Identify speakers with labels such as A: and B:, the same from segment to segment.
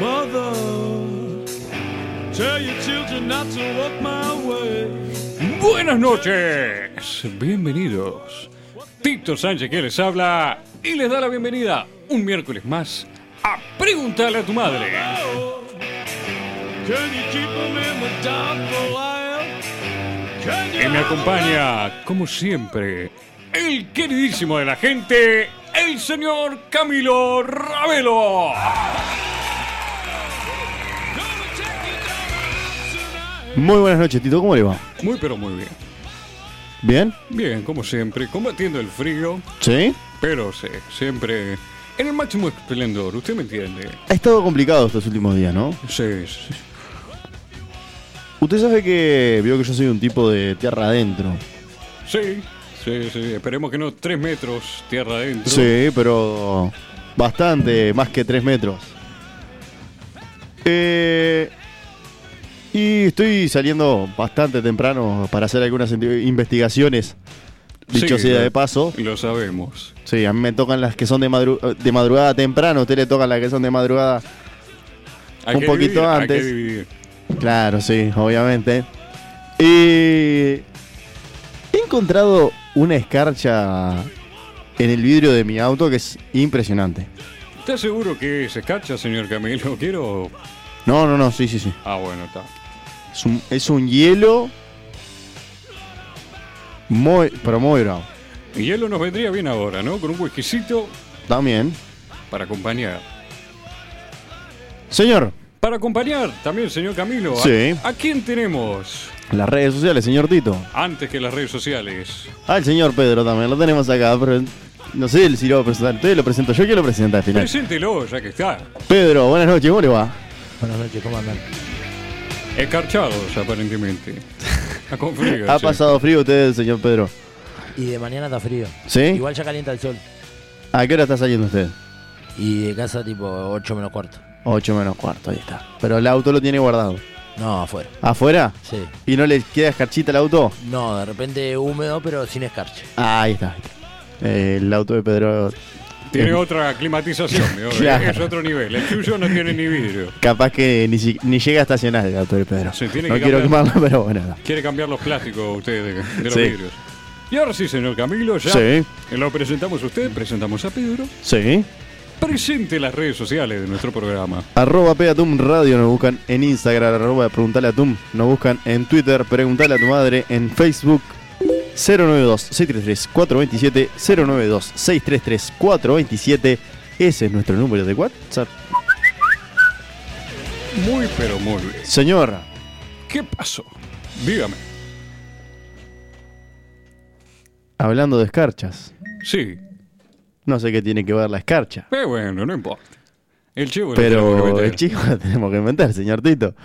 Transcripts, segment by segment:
A: Mother, tell your children not to walk my way.
B: Buenas noches, bienvenidos. Tito Sánchez que les habla y les da la bienvenida un miércoles más a Pregúntale a tu madre.
A: Oh, can you keep them in the dark for a while? Can you
B: Y
A: have
B: me
A: a
B: acompaña, como siempre, el queridísimo de la gente, el señor Camilo Ravelo.
A: ride? Gonna take you down the line tonight.
C: Muy buenas noches, Tito. ¿Cómo le va?
B: Muy pero muy bien.
C: ¿Bien?
B: Bien, como siempre, combatiendo el frío,
C: ¿Sí?
B: pero sí, siempre en el máximo esplendor, ¿usted me entiende?
C: Ha estado complicado estos últimos días, ¿no?
B: Sí, sí.
C: Usted sabe que vio que yo soy un tipo de tierra adentro.
B: Sí, sí, sí. Esperemos que no tres metros tierra adentro.
C: Sí, pero bastante, más que 3 metros. Eh, y estoy saliendo bastante temprano para hacer algunas inve- investigaciones. Dicho
B: Sí,
C: sea
B: lo-
C: de paso.
B: Lo sabemos.
C: eh, Sí, a mí me tocan las que son de, madru- de madrugada temprano, a usted le tocan las que son de madrugada
B: Hay
C: Un
B: que
C: poquito
B: dividir, Hay
C: antes.
B: que dividir.
C: Claro, sí, obviamente. Y he encontrado una escarcha en el vidrio de mi auto que es impresionante.
B: ¿Está seguro que se escarcha, señor Camilo? Quiero.
C: No, no, no, sí, sí, sí.
B: Ah, bueno, está.
C: Es un, es un hielo muy, pero muy bravo.
B: Y hielo nos vendría bien ahora, ¿no? Con un whiskycito
C: También.
B: para acompañar.
C: Señor,
B: Para acompañar también, señor Camilo. ¿a-
C: Sí.
B: ¿A, quién tenemos?
C: las redes sociales, señor Tito.
B: Antes que las redes sociales.
C: Ah, el señor Pedro también, lo tenemos acá, pero no sé si lo va a presentar. Usted lo presento yo, que lo presenta al final.
B: Preséntelo, ya que está.
C: Pedro, buenas noches, ¿cómo le va?
D: Buenas noches, ¿cómo andan?
B: Escarchados, aparentemente. A con frío,
C: Ha
B: sí.
C: pasado frío usted, señor Pedro.
D: Y de mañana está frío.
C: ¿Sí?
D: Igual ya calienta el sol.
C: ¿A qué hora está saliendo usted?
D: Y de casa tipo 8 menos cuarto.
C: 8 menos cuarto, ahí está. Pero el auto lo tiene guardado.
D: No, afuera.
C: ¿Afuera?
D: Sí.
C: ¿Y no le queda escarchita al auto?
D: No, de repente húmedo, pero sin escarcha.
C: Ah, ahí está. ahí está. Eh, el auto de Pedro.
B: Tiene
C: eh,
B: otra climatización, ¿no?
C: Claro.
B: es otro nivel. El suyo no tiene ni vidrio.
C: Capaz que ni, si- ni llega a estacionar el auto de Pedro.
B: Se tiene
C: no
B: que
C: quiero
B: cambiar.
C: quemarlo, pero bueno. no.
B: Quiere cambiar los plásticos usted de, de los
C: Sí.
B: vidrios. Y ahora sí, señor Camilo, ya
C: Sí.
B: lo presentamos a usted, presentamos a Pedro.
C: Sí.
B: Presente las redes sociales de nuestro programa.
C: Arroba Pegatum Radio nos buscan en Instagram, arroba Preguntale a Tum, nos buscan en Twitter, Preguntale a tu madre, en Facebook 092-633-427, 092-633-427, ese es nuestro número de WhatsApp.
B: Muy, pero muy bien.
C: Señor,
B: ¿Qué pasó? Dígame.
C: hablando de escarchas,
B: Sí.
C: no sé qué tiene que ver la escarcha,
B: Pero bueno, no importa. El chivo lo tenemos que
C: pero
B: meter.
C: el chico la tenemos que inventar, señor Tito.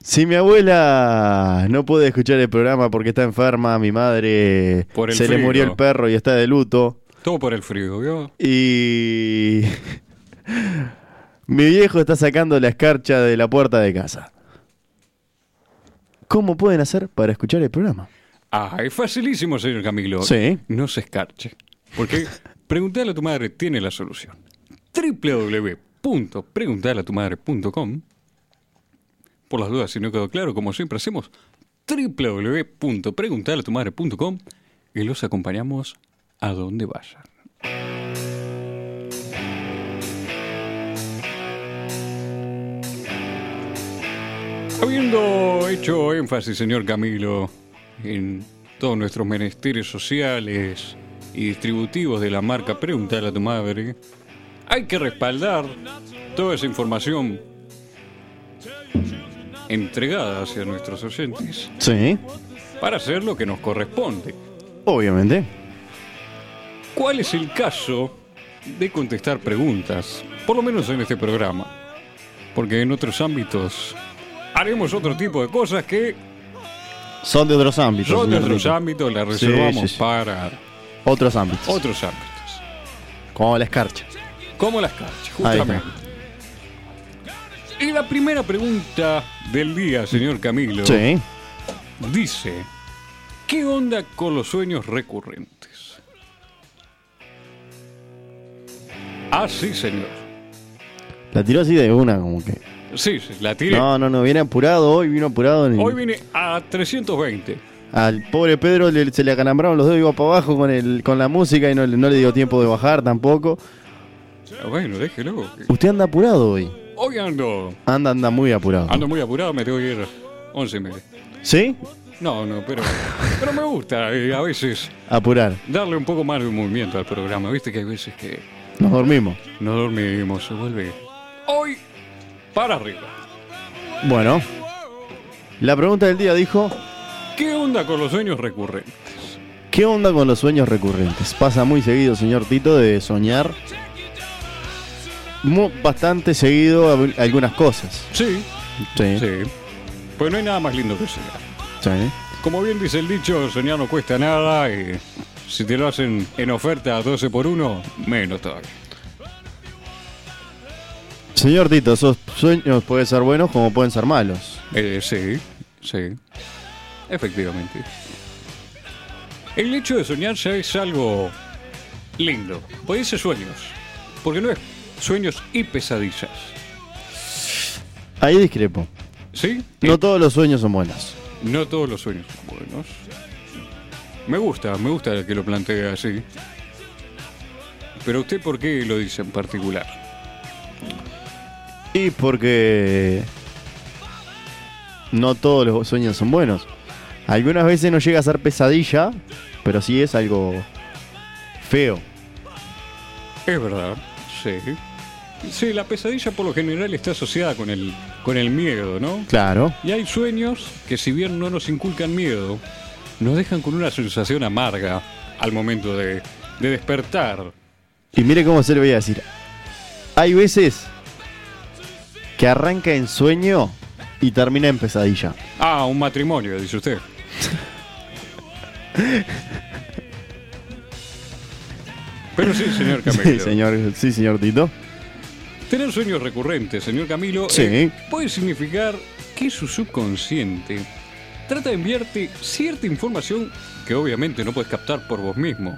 C: Si mi abuela no puede escuchar el programa porque está enferma, mi madre
B: Por el
C: se le
B: frío.
C: murió el perro y está de luto,
B: Todo por el frío, ¿vio?
C: Y. Mi viejo está sacando la escarcha de la puerta de casa. ¿Cómo pueden hacer para escuchar el programa?
B: Ah, es facilísimo, señor Camilo.
C: Sí.
B: No se escarche. Porque preguntarle a tu madre tiene la solución. www.preguntalatumadre.com Por las dudas, si no quedó claro, como siempre hacemos, www.preguntalatumadre.com y los acompañamos a donde vayan. Habiendo hecho énfasis, señor Camilo, en todos nuestros menesteres sociales y distributivos de la marca Preguntale a tu madre, hay que respaldar toda esa información entregada hacia nuestros oyentes
C: Sí,
B: para hacer lo que nos corresponde.
C: obviamente.
B: ¿Cuál es el caso de contestar preguntas? Por lo menos en este programa. Porque en otros ámbitos haremos otro tipo de cosas que
C: Son de otros ámbitos.
B: son de
C: señor
B: otros
C: Tito.
B: ámbitos, las reservamos
C: sí, sí.
B: para
C: Otros ámbitos.
B: otros ámbitos.
C: Como la escarcha.
B: Como las canchas,
C: Ahí
B: justamente. Y la primera pregunta del día, señor Camilo,
C: Sí.
B: dice, ¿qué onda con los sueños recurrentes? Ah, sí, señor.
C: La tiró así de una, como que.
B: Sí, sí, la tiré.
C: No, no, no, viene apurado, hoy vino apurado. en el-
B: Hoy vine a 320.
C: Al pobre Pedro le- se le acalambraron los dedos y iba para abajo con, el, con la música y no, le- no le dio tiempo de bajar tampoco.
B: Ah, Bueno, déjelo.
C: Usted anda apurado hoy.
B: Hoy ando.
C: Anda, anda muy apurado.
B: Ando muy apurado, me tengo que ir 11 y media.
C: ¿Sí?
B: No, no, pero, pero me gusta eh, a veces
C: Apurar.
B: darle un poco más de movimiento al programa. Viste que hay veces que
C: Nos dormimos.
B: no dormimos, se vuelve hoy para arriba.
C: Bueno. La pregunta del día dijo,
B: ¿Qué onda con los sueños recurrentes?
C: ¿qué onda con los sueños recurrentes? Pasa muy seguido, señor Tito, de soñar mu- bastante seguido ab- algunas cosas.
B: Sí,
C: Sí.
B: sí. Pues no hay nada más lindo que soñar.
C: sí.
B: Como bien dice el dicho, soñar no cuesta nada y si te lo hacen en oferta a 12 por 1, menos todavía.
C: Señor Tito, esos sueños pueden ser buenos como pueden ser malos.
B: Eh, sí, sí. Efectivamente. El hecho de soñar ya es algo lindo. Puede ser sueños. Porque no es sueños y pesadillas.
C: Ahí discrepo.
B: ¿Sí? Eh,
C: No todos los sueños son buenos.
B: No todos los sueños son buenos. Me gusta, me gusta que lo plantee así. Pero usted, ¿por qué lo dice en particular?
C: Y porque no todos los sueños son buenos. Algunas veces no llega a ser pesadilla, pero sí es algo feo.
B: Es verdad, sí. Sí, la pesadilla por lo general está asociada con el, con el miedo, ¿no?
C: Claro.
B: Y hay sueños que si bien no nos inculcan miedo, nos dejan con una sensación amarga al momento de, de despertar.
C: Y mire cómo se lo voy a decir. Hay veces que arranca en sueño y termina en pesadilla.
B: Ah, un matrimonio, dice usted. Pero sí, señor Camilo.
C: Sí, señor, sí, señor Tito.
B: Tener sueños recurrentes, señor Camilo, eh,
C: Sí.
B: puede significar que su subconsciente trata de enviarte cierta información que obviamente no puedes captar por vos mismo.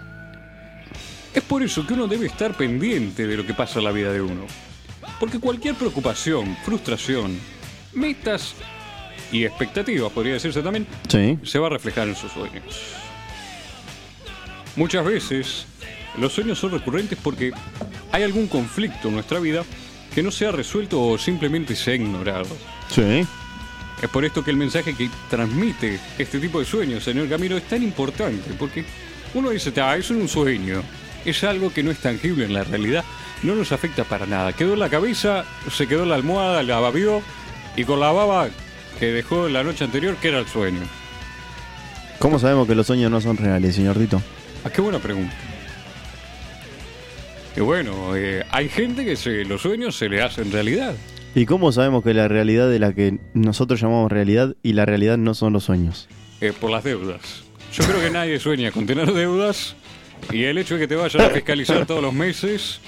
B: Es por eso que uno debe estar pendiente de lo que pasa en la vida de uno. Porque cualquier preocupación, frustración, metas y expectativas, podría decirse también,
C: Sí.
B: se va a reflejar en sus sueños. Muchas veces los sueños son recurrentes porque hay algún conflicto en nuestra vida que no se ha resuelto o simplemente se ha ignorado.
C: Sí.
B: Es por esto que el mensaje que transmite este tipo de sueños, señor Camilo, es tan importante, porque uno dice, ah, eso es un sueño, es algo que no es tangible en la realidad, no nos afecta para nada. Quedó en la cabeza, se quedó en la almohada, la babió, y con la baba que dejó la noche anterior, que era el sueño.
C: ¿Cómo sabemos que los sueños no son reales, señor Tito?
B: Ah, qué buena pregunta. Y bueno, eh, hay gente que se- los sueños se le hacen realidad.
C: ¿Y cómo sabemos que la realidad de la que nosotros llamamos realidad y la realidad no son los sueños?
B: eh, por las deudas. Yo creo que nadie sueña con tener deudas y el hecho de que te vayan a fiscalizar todos los meses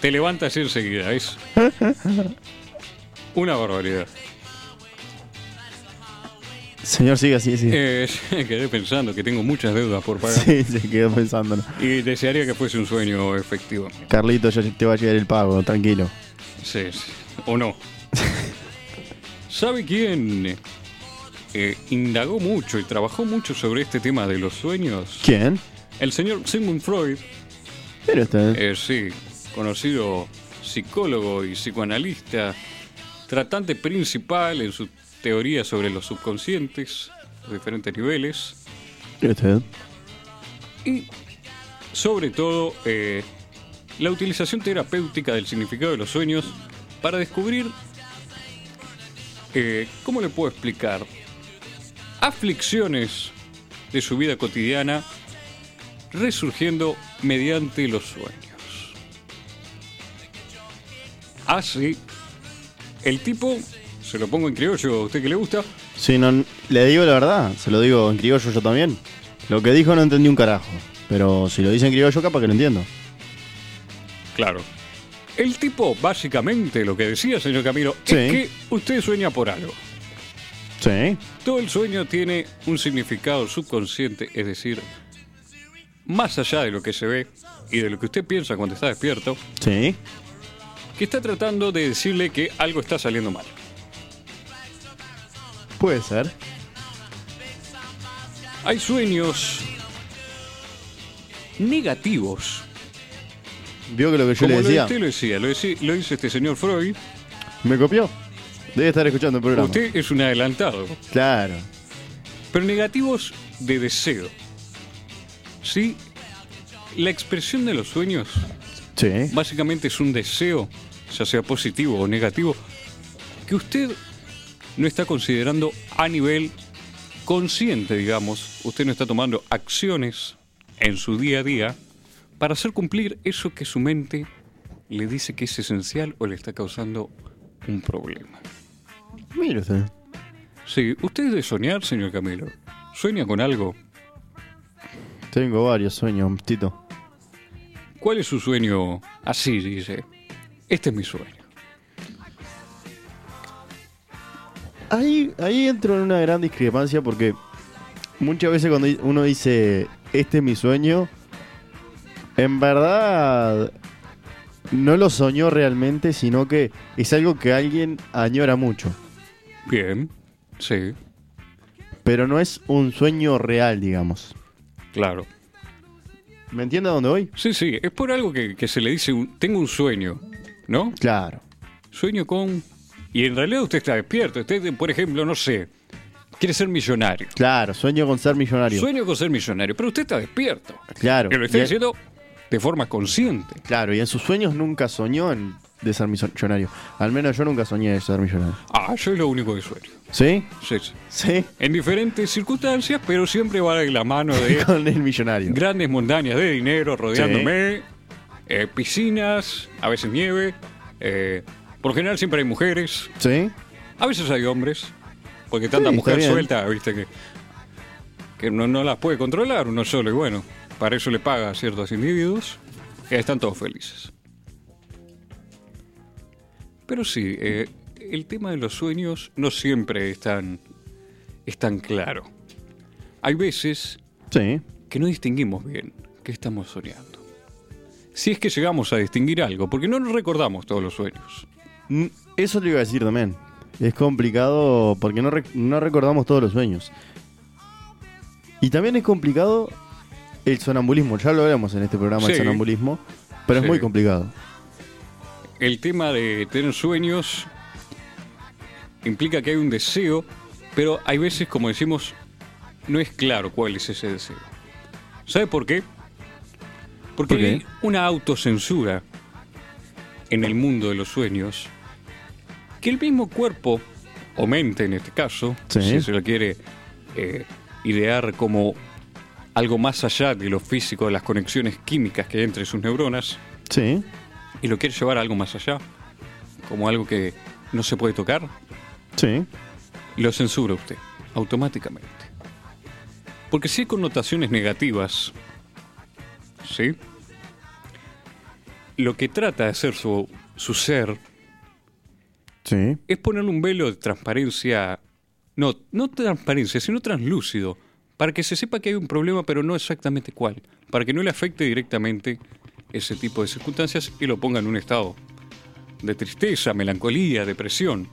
B: te levantas enseguida. Es una barbaridad.
C: Señor, sigue así, sí.
B: Eh, quedé pensando que tengo muchas deudas por pagar
C: Sí, se quedó pensándolo.
B: y desearía que fuese un sueño efectivo.
C: Carlito, ya te va a llegar el pago, tranquilo.
B: Sí, sí. ¿O no? ¿Sabe quién eh, indagó mucho y trabajó mucho sobre este tema de los sueños?
C: ¿Quién?
B: El señor Sigmund Freud.
C: Pero usted.
B: Eh, sí, conocido psicólogo y psicoanalista, tratante principal en su teoría sobre los subconscientes, los diferentes niveles,
C: pero usted.
B: y sobre todo eh, la utilización terapéutica del significado de los sueños para descubrir, eh, ¿cómo le puedo explicar? Aflicciones de su vida cotidiana resurgiendo mediante los sueños. Así, el tipo, se lo pongo en criollo, a usted que le gusta,
C: Sí, no, le digo la verdad, se lo digo en criollo yo también. Lo que dijo no entendí un carajo. Pero si lo dice en criollo, capaz que lo entiendo.
B: Claro. El tipo, básicamente, lo que decía, señor Camilo,
C: Sí.
B: es que usted sueña por algo.
C: Sí.
B: Todo el sueño tiene un significado subconsciente, es decir, más allá de lo que se ve y de lo que usted piensa cuando está despierto,
C: Sí.
B: que está tratando de decirle que algo está saliendo mal.
C: Puede ser.
B: Hay sueños negativos.
C: Vio que lo que yo
B: Como
C: le
B: lo
C: decía,
B: usted lo decía, lo, decí- lo dice este señor Freud.
C: me copió. Debe estar escuchando el programa.
B: Usted es un adelantado.
C: Claro.
B: Pero negativos de deseo. ¿Sí? La expresión de los sueños
C: Sí.
B: básicamente es un deseo, ya sea positivo o negativo, que usted no está considerando a nivel consciente, digamos. Usted no está tomando acciones en su día a día para hacer cumplir eso que su mente le dice que es esencial o le está causando un problema.
C: Mire usted.
B: Sí, usted es de soñar, señor Camilo. ¿Sueña con algo?
C: Tengo varios sueños, Tito.
B: ¿Cuál es su sueño? Así dice. Este es mi sueño.
C: Ahí, ahí entro en una gran discrepancia porque muchas veces cuando uno dice, este es mi sueño, en verdad no lo soñó realmente, sino que es algo que alguien añora mucho.
B: Bien. Sí,
C: Pero no es un sueño real, digamos.
B: claro.
C: ¿Me entiende a dónde voy?
B: Sí, sí, es por algo que, que se le dice, un- tengo un sueño, ¿no?
C: Claro.
B: Sueño con... Y en realidad usted está despierto, usted, por ejemplo, no sé, quiere ser millonario.
C: Claro, sueño con ser millonario.
B: Sueño con ser millonario, pero usted está despierto.
C: Claro.
B: Que lo está
C: Y-
B: diciendo de forma consciente.
C: Claro, y en sus sueños nunca soñó en- de ser millonario. Al menos yo nunca soñé de ser millonario.
B: Ah, yo es lo único que sueño.
C: ¿Sí?
B: Sí, sí.
C: Sí.
B: En diferentes circunstancias, pero siempre va de la mano de
C: Con el millonario.
B: grandes montañas de dinero rodeándome, eh, piscinas, a veces nieve. eh, por lo general siempre hay mujeres,
C: ¿Sí?
B: a veces hay hombres, porque tanta
C: Sí, está
B: mujer
C: bien.
B: suelta, viste, que, que no, no las puede controlar uno solo. Y bueno, para eso le paga a ciertos individuos que están todos felices. Pero sí, eh, el tema de los sueños no siempre es tan, es tan claro. Hay veces
C: Sí.
B: que no distinguimos bien qué estamos soñando. Si es que llegamos a distinguir algo, porque no nos recordamos todos los sueños.
C: Mm, Eso le iba a decir también. Es complicado porque no, rec- no recordamos todos los sueños. Y también es complicado el sonambulismo. Ya lo hablamos en este programa, el
B: Sí.
C: sonambulismo. Pero
B: Sí.
C: es muy complicado.
B: El tema de tener sueños implica que hay un deseo, pero hay veces, como decimos, no es claro cuál es ese deseo. ¿Sabe por qué? Porque
C: ¿Por qué?
B: hay una autocensura en el mundo de los sueños que el mismo cuerpo, o mente en este caso,
C: Sí.
B: si se lo quiere eh, idear como algo más allá de lo físico, de las conexiones químicas que hay entre sus neuronas,
C: Sí.
B: y lo quiere llevar a algo más allá, como algo que no se puede tocar,
C: Sí.
B: lo censura usted automáticamente. Porque si hay connotaciones negativas, ¿sí? Lo que trata de hacer su, su ser
C: Sí.
B: es ponerle un velo de transparencia, no, no transparencia, sino translúcido, para que se sepa que hay un problema, pero no exactamente cuál, para que no le afecte directamente ese tipo de circunstancias y lo ponga en un estado de tristeza, melancolía, depresión.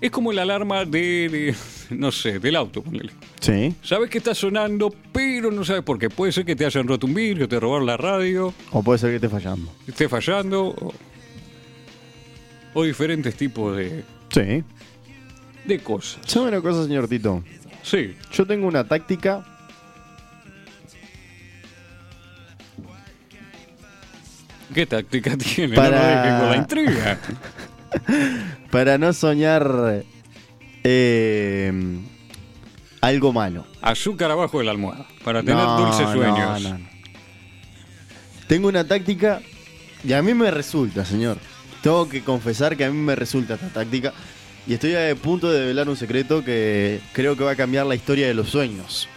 B: Es como la alarma de, de, no sé, del auto. ponele.
C: Sí.
B: Sabes que está sonando, pero no sabes por qué. Puede ser que te hayan roto un vidrio, te robaron la radio,
C: O puede ser que esté fallando.
B: esté fallando, o- o diferentes tipos de,
C: Sí.
B: de cosas.
C: Sabe una cosa, señor Tito.
B: Sí,
C: Yo tengo una táctica.
B: ¿Qué táctica tiene? No
C: Para-
B: lo dejen con la intriga.
C: Para no soñar eh, algo malo.
B: Azúcar abajo de la almohada. Para tener
C: No,
B: dulces
C: no,
B: sueños.
C: no, no. Tengo una táctica y a mí me resulta, señor. Tengo que confesar que a mí me resulta esta táctica. Y estoy a punto de develar un secreto que creo que va a cambiar la historia de los sueños.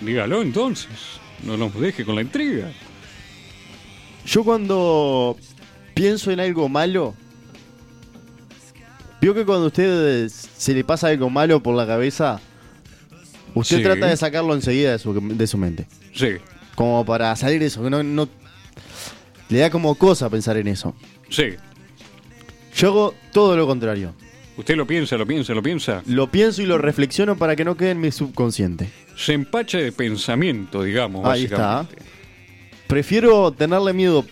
B: Dígalo entonces. No nos deje con la intriga.
C: Yo cuando pienso en algo malo, vio que cuando a usted eh, se le pasa algo malo por la cabeza, usted
B: Sí.
C: trata de sacarlo enseguida de su, de su mente.
B: Sí,
C: Como para salir de eso, que no, no- le da como cosa pensar en eso.
B: Sí.
C: Yo hago todo lo contrario.
B: Usted lo piensa, lo piensa, lo piensa.
C: Lo pienso y lo reflexiono para que no quede en mi subconsciente.
B: Se empacha de pensamiento, digamos,
C: Ahí está.
B: básicamente.
C: Prefiero tenerle miedo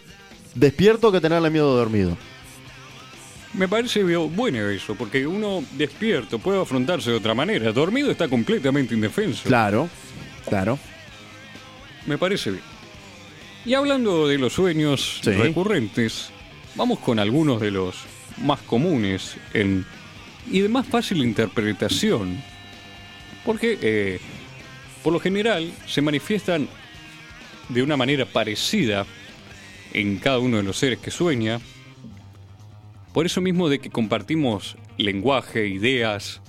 C: despierto que tenerle miedo dormido.
B: Me parece bio- bueno eso, porque uno despierto puede afrontarse de otra manera. Dormido está completamente indefenso.
C: Claro, claro.
B: Me parece bien. Y hablando de los sueños
C: Sí.
B: recurrentes, vamos con algunos de los más comunes en- y de más fácil interpretación. Porque eh, por lo general se manifiestan de una manera parecida en cada uno de los seres que sueña. Por eso mismo de que compartimos lenguaje, ideas,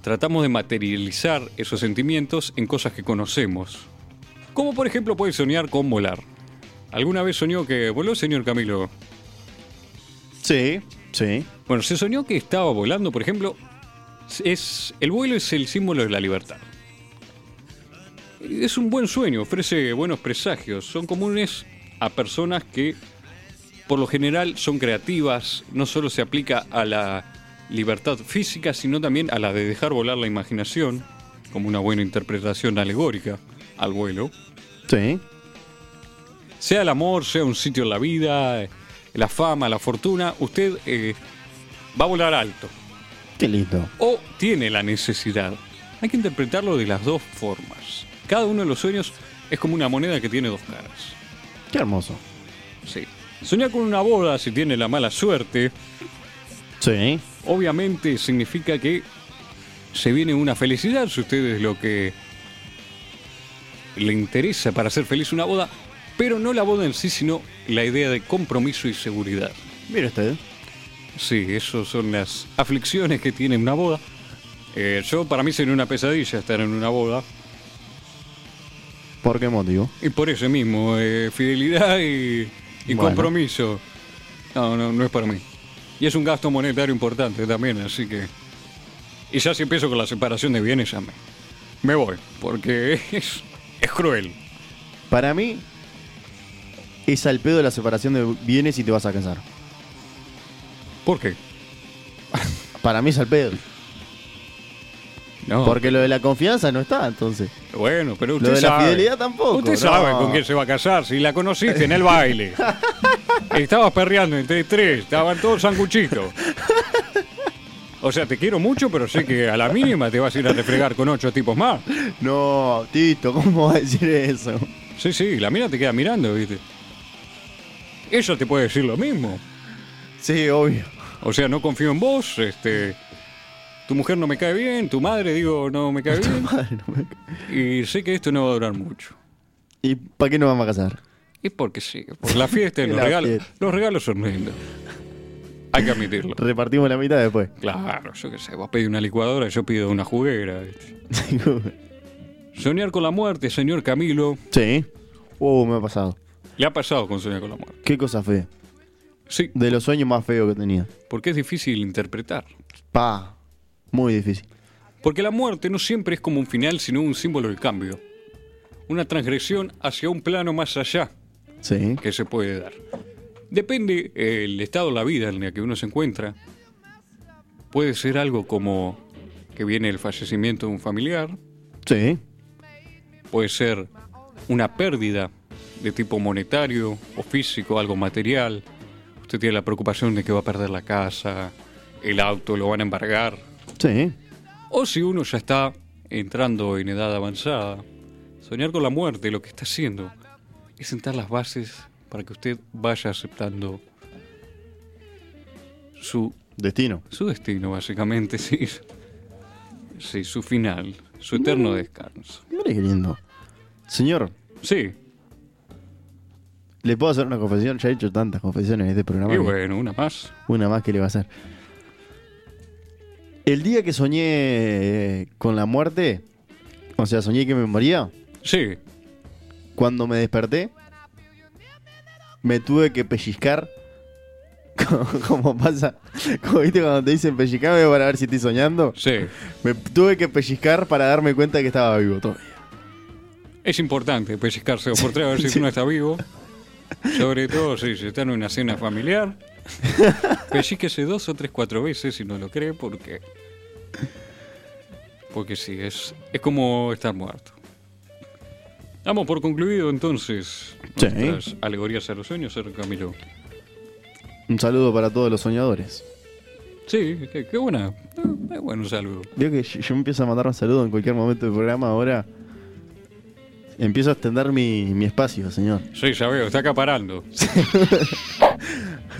B: tratamos de materializar esos sentimientos en cosas que conocemos. Como por ejemplo puede soñar con volar. ¿Alguna vez soñó que voló, señor Camilo?
C: Sí, sí.
B: Bueno, se soñó que estaba volando, por ejemplo. Es, el vuelo es el símbolo de la libertad. Es un buen sueño, ofrece buenos presagios. Son comunes a personas que por lo general son creativas. No solo se aplica a la libertad física, sino también a la de dejar volar la imaginación, como una buena interpretación alegórica al vuelo.
C: Sí.
B: sea el amor, sea un sitio en la vida, eh, la fama, la fortuna, usted eh, va a volar alto
C: Qué lindo.
B: o tiene la necesidad. Hay que interpretarlo de las dos formas. Cada uno de los sueños es como una moneda que tiene dos caras.
C: Qué hermoso.
B: Sí. Soñar con una boda si tiene la mala suerte,
C: Sí.
B: obviamente significa que se viene una felicidad si usted es lo que le interesa para ser feliz una boda, pero no la boda en sí, sino la idea de compromiso y seguridad.
C: Mire usted.
B: Sí, esas son las aflicciones que tiene una boda. Eh, yo, para mí, sería una pesadilla estar en una boda.
C: ¿Por qué motivo?
B: Y por eso mismo, eh, fidelidad y, y
C: Bueno.
B: compromiso. No, no, no es para mí. Y es un gasto monetario importante también, así que... Y ya si empiezo con la separación de bienes, ya me, me voy, porque es, es cruel.
C: Para mí es al pedo la separación de bienes y te vas a casar.
B: ¿Por qué?
C: Para mí es al pedo.
B: No.
C: Porque lo de la confianza no está, entonces.
B: Bueno, pero usted
C: Lo de la
B: sabe.
C: fidelidad tampoco,
B: Usted
C: no.
B: sabe con quién se va a casar, si la conociste en el baile. Estabas perreando entre tres, estaban todos sanguchitos. O sea, te quiero mucho, pero sé que a la mínima te vas a ir a refregar con ocho tipos más.
C: No, Tito, ¿cómo vas a decir eso?
B: Sí, sí, la mina te queda mirando, ¿viste? Ella te puede decir lo mismo.
C: Sí, obvio.
B: O sea, no confío en vos, este. Tu mujer no me cae bien, tu madre, digo, no me cae bien.
C: Madre, no me-
B: Y sé que esto no va a durar mucho.
C: ¿Y para qué nos vamos a casar?
B: Y porque sí, por la fiesta y los
C: La
B: regalos.
C: fiesta.
B: Los regalos son lindos. Hay que admitirlo.
C: Repartimos la mitad después.
B: Claro, yo qué sé, vos pedís una licuadora, yo pido una juguera. ¿viste? Soñar con la muerte, señor Camilo.
C: sí. Uh, me ha pasado.
B: Le ha pasado con soñar con la muerte.
C: Qué cosa fea.
B: Sí,
C: De los sueños más feos que tenía.
B: porque es difícil interpretar.
C: Pa. Muy difícil.
B: Porque la muerte no siempre es como un final, sino un símbolo de cambio. Una transgresión hacia un plano más allá
C: Sí.
B: que se puede dar. Depende eh, el estado de la vida en el que uno se encuentra. Puede ser algo como que viene el fallecimiento de un familiar,
C: Sí.
B: puede ser una pérdida de tipo monetario o físico, algo material. Usted tiene la preocupación de que va a perder la casa, el auto, lo van a embargar.
C: Sí.
B: O si uno ya está entrando en edad avanzada, soñar con la muerte, lo que está haciendo, es sentar las bases para que usted vaya aceptando su,
C: Destino.
B: su destino, básicamente, sí. Sí, su final, su eterno descanso.
C: Mire qué lindo. Señor,
B: Sí,
C: ¿le puedo hacer una confesión? Ya he hecho tantas confesiones en este programa.
B: y
C: que
B: bueno, una más.
C: Una más que le va a hacer. El día que soñé eh, con la muerte, o sea, soñé que me moría,
B: Sí,
C: cuando me desperté, me tuve que pellizcar. Como, como pasa, como viste cuando te dicen pellizcame para ver si estoy soñando.
B: sí.
C: Me tuve que pellizcar para darme cuenta que estaba vivo todavía.
B: Es importante pues, pellizcarse dos por tres a ver si uno está vivo. Sobre todo si se está en una cena familiar. Pellíquese dos o tres, cuatro veces si no lo cree, porque. Porque sí, es, es como estar muerto. Vamos por concluido entonces.
C: Sí.
B: nuestras Alegorías a los sueños, señor Camilo.
C: Un saludo para todos los soñadores.
B: Sí, qué, qué buena. Eh, bueno, saludo.
C: Digo que yo, yo empiezo a mandar un saludo en cualquier momento del programa ahora. Empiezo a extender mi, mi espacio, señor.
B: Sí, ya veo, está acaparando.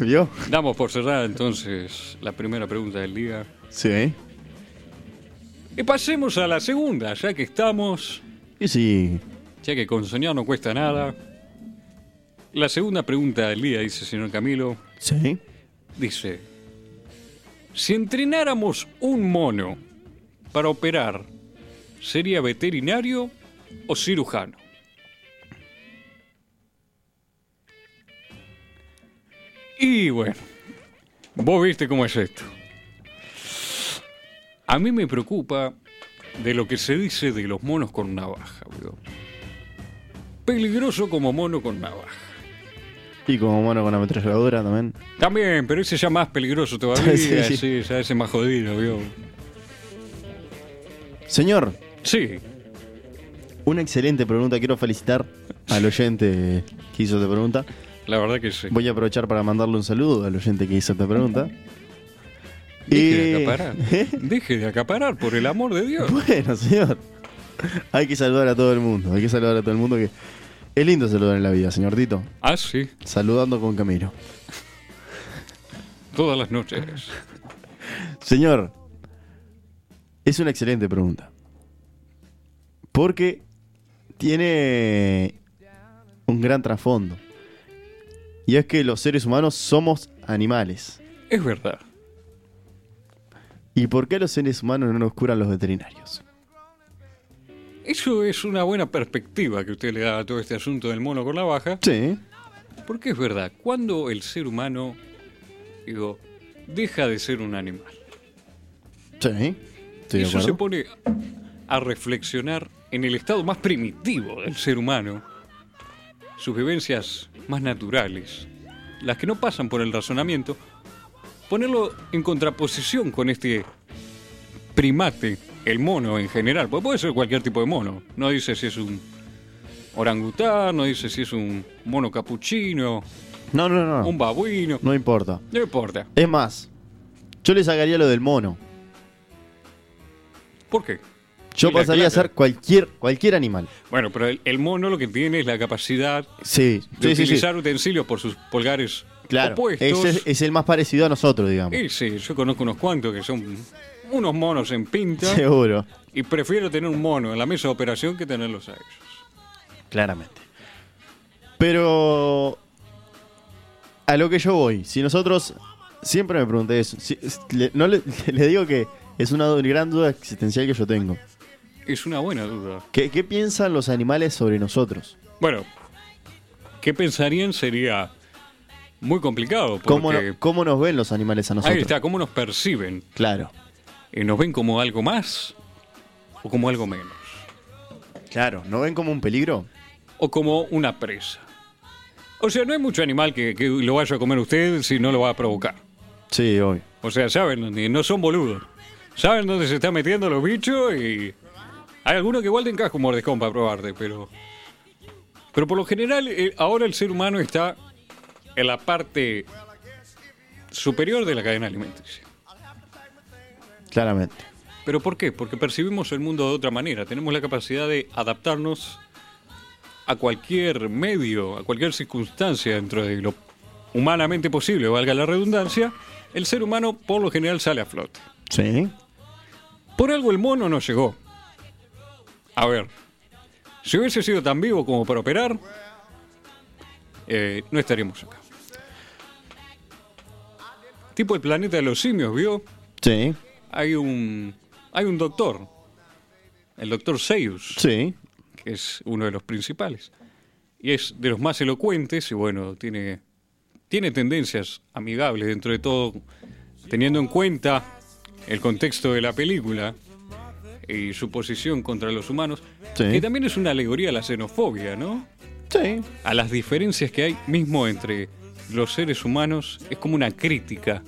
C: ¿Vio?
B: Damos por cerrada entonces la primera pregunta del día.
C: Sí.
B: Y pasemos a la segunda, ya que estamos,
C: Y sí.
B: ya que con soñar no cuesta nada. La segunda pregunta del día, dice el señor Camilo,
C: Sí.
B: dice, si entrenáramos un mono para operar, ¿sería veterinario o cirujano? Y bueno, vos viste cómo es esto. A mí me preocupa de lo que se dice de los monos con navaja, boludo. Peligroso como mono con navaja.
C: Y como mono con ametralladora también.
B: También, pero ese ya más peligroso todavía.
C: Sí,
B: sí,
C: sí.
B: ya ese más jodido, ¿vio?
C: Señor,
B: Sí,
C: una excelente pregunta. Quiero felicitar al oyente que hizo esta pregunta.
B: la verdad que sí.
C: Voy a aprovechar para mandarle un saludo al oyente que hizo esta pregunta.
B: Deje
C: Eh,
B: de acaparar. Deje de acaparar, por el amor de Dios.
C: Bueno, señor. Hay que saludar a todo el mundo. Hay que saludar a todo el mundo que. Es lindo saludar en la vida, señor Tito.
B: Ah, sí,
C: Saludando con Camilo.
B: todas las noches.
C: Señor, es una excelente pregunta. Porque tiene un gran trasfondo. Y es que los seres humanos somos animales.
B: Es verdad.
C: ¿Y por qué a los seres humanos no nos curan los veterinarios?
B: Eso es una buena perspectiva que usted le da a todo este asunto del mono con navaja.
C: Sí.
B: Porque es verdad, cuando el ser humano, digo, deja de ser un animal.
C: Sí. Estoy de
B: Eso se
C: acuerdo.
B: pone a reflexionar en el estado más primitivo del ser humano, sus vivencias más naturales, las que no pasan por el razonamiento, ponerlo en contraposición con este primate, el mono en general, porque puede ser cualquier tipo de mono, no dice si es un orangután, no dice si es un mono capuchino,
C: No, no, no.
B: un babuino,
C: No importa.
B: no importa.
C: Es más, yo le sacaría lo del mono.
B: ¿Por qué?
C: Yo
B: Y la
C: pasaría a
B: claca.
C: ser cualquier, cualquier animal.
B: Bueno, pero el- el mono lo que tiene es la capacidad
C: Sí,
B: de
C: sí, sí, sí.
B: utilizar utensilios por sus pulgares
C: Claro.
B: opuestos.
C: Ese es, es el más parecido a nosotros, digamos.
B: Y sí, yo conozco unos cuantos que son unos monos en pinta
C: Seguro.
B: y prefiero tener un mono en la mesa de operación que tenerlos a ellos.
C: Claramente. Pero. A lo que yo voy. Si nosotros. Siempre me pregunté eso. Si- es- le, no le, le digo que es una du- gran duda existencial que yo tengo.
B: Es una buena duda.
C: ¿Qué, qué piensan los animales sobre nosotros?
B: Bueno, ¿qué pensarían? Sería muy complicado porque
C: ¿Cómo, no- ¿Cómo nos ven los animales a nosotros?
B: ahí está, ¿cómo nos perciben?
C: Claro.
B: Eh, ¿Nos ven como algo más o como algo menos?
C: Claro. ¿No ven como un peligro?
B: o como una presa. O sea, no hay mucho animal que, que lo vaya a comer usted si no lo va a provocar.
C: Sí, obvio.
B: O sea, saben, dónde- no son boludos. Saben dónde se están metiendo los bichos y... Hay algunos que igual te encaja un mordiscón para probarte, pero... Pero por lo general, eh, ahora el ser humano está en la parte superior de la cadena alimenticia.
C: Claramente.
B: ¿Pero por qué? Porque percibimos el mundo de otra manera. Tenemos la capacidad de adaptarnos a cualquier medio, a cualquier circunstancia dentro de lo humanamente posible, valga la redundancia. El ser humano por lo general sale a flote.
C: Sí.
B: Por algo el mono no llegó. A ver, si hubiese sido tan vivo como para operar, eh, no estaríamos acá. Tipo el planeta de los simios, ¿vio?
C: Sí.
B: hay un hay un doctor, el doctor Seuss,
C: Sí.
B: que es uno de los principales y es de los más elocuentes y bueno tiene tiene tendencias amigables dentro de todo, teniendo en cuenta el contexto de la película y su posición contra los humanos,
C: Sí.
B: que también es una alegoría a la xenofobia, ¿no?
C: Sí.
B: A las diferencias que hay mismo entre los seres humanos es como una crítica.